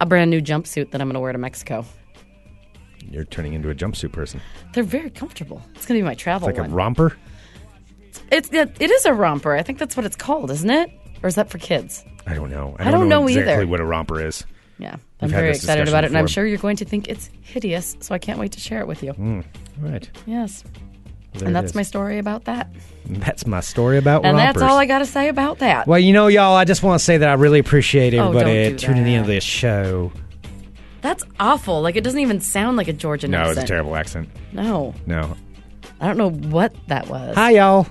Speaker 7: a brand new jumpsuit that I'm going to wear to Mexico.
Speaker 6: You're turning into a jumpsuit person.
Speaker 7: They're very comfortable. It's going to be my travel
Speaker 6: Like a
Speaker 7: one.
Speaker 6: romper?
Speaker 7: it's it, it is a romper. I think that's what it's called, isn't it? Or is that for kids?
Speaker 6: I don't know. I
Speaker 7: don't know either.
Speaker 6: exactly what a romper is.
Speaker 7: Yeah,
Speaker 6: had
Speaker 7: I'm very
Speaker 6: this
Speaker 7: excited
Speaker 6: discussion
Speaker 7: about it, and I'm
Speaker 6: before.
Speaker 7: sure you're going to think it's hideous. So I can't wait to share it with you.
Speaker 6: All right.
Speaker 7: Yes.
Speaker 6: There
Speaker 7: and
Speaker 6: it
Speaker 7: that's
Speaker 6: is.
Speaker 7: my story about that.
Speaker 6: That's my story about
Speaker 7: And
Speaker 6: rompers.
Speaker 7: that's all I got to say about that.
Speaker 6: Well, you know, y'all, I just want to say that I really appreciate
Speaker 7: Oh, don't
Speaker 6: everybody
Speaker 7: do
Speaker 6: tuning
Speaker 7: that.
Speaker 6: into this show.
Speaker 7: That's awful. Like, it doesn't even sound like a Georgian
Speaker 6: No,
Speaker 7: accent.
Speaker 6: it's a terrible accent.
Speaker 7: No.
Speaker 6: No.
Speaker 7: I don't know what that was.
Speaker 6: Hi, y'all.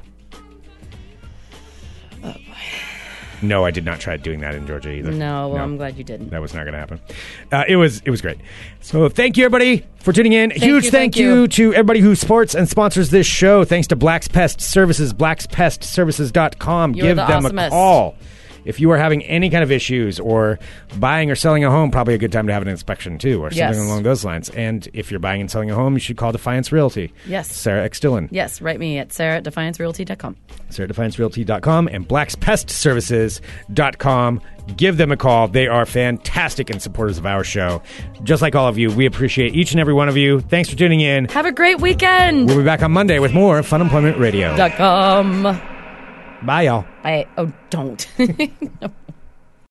Speaker 6: No, I did not try doing that in Georgia either.
Speaker 7: Oh, No, well, I'm glad you didn't.
Speaker 6: that was not going to happen. Uh, it was it was great. So thank you everybody for tuning in. Huge
Speaker 7: you,
Speaker 6: thank,
Speaker 7: thank
Speaker 6: you,
Speaker 7: you.
Speaker 6: to everybody who supports and sponsors this show. Thanks to Black's Pest Services, blackspestservices.com.
Speaker 7: You are
Speaker 6: Give
Speaker 7: the
Speaker 6: them a
Speaker 7: awesomest.
Speaker 6: call. if you are having any kind of issues or buying or selling a home, probably a good time to have an inspection too, or something
Speaker 7: Yes.
Speaker 6: along those lines. And if you're buying and selling a home, you should call Defiance Realty.
Speaker 7: Yes.
Speaker 6: Sarah X. Dillon.
Speaker 7: Yes, write me at sarah at defiancerealty.com.
Speaker 6: SarahDefianceRealty.com and BlacksPestServices.com. Give them a call. They are fantastic and supporters of our show. Just like all of you, we appreciate each and every one of you. Thanks for tuning in.
Speaker 7: Have a great weekend.
Speaker 6: We'll be back on Monday with more Fun Employment Radio.
Speaker 7: Dot com.
Speaker 6: Bye, y'all.
Speaker 7: I, oh, don't.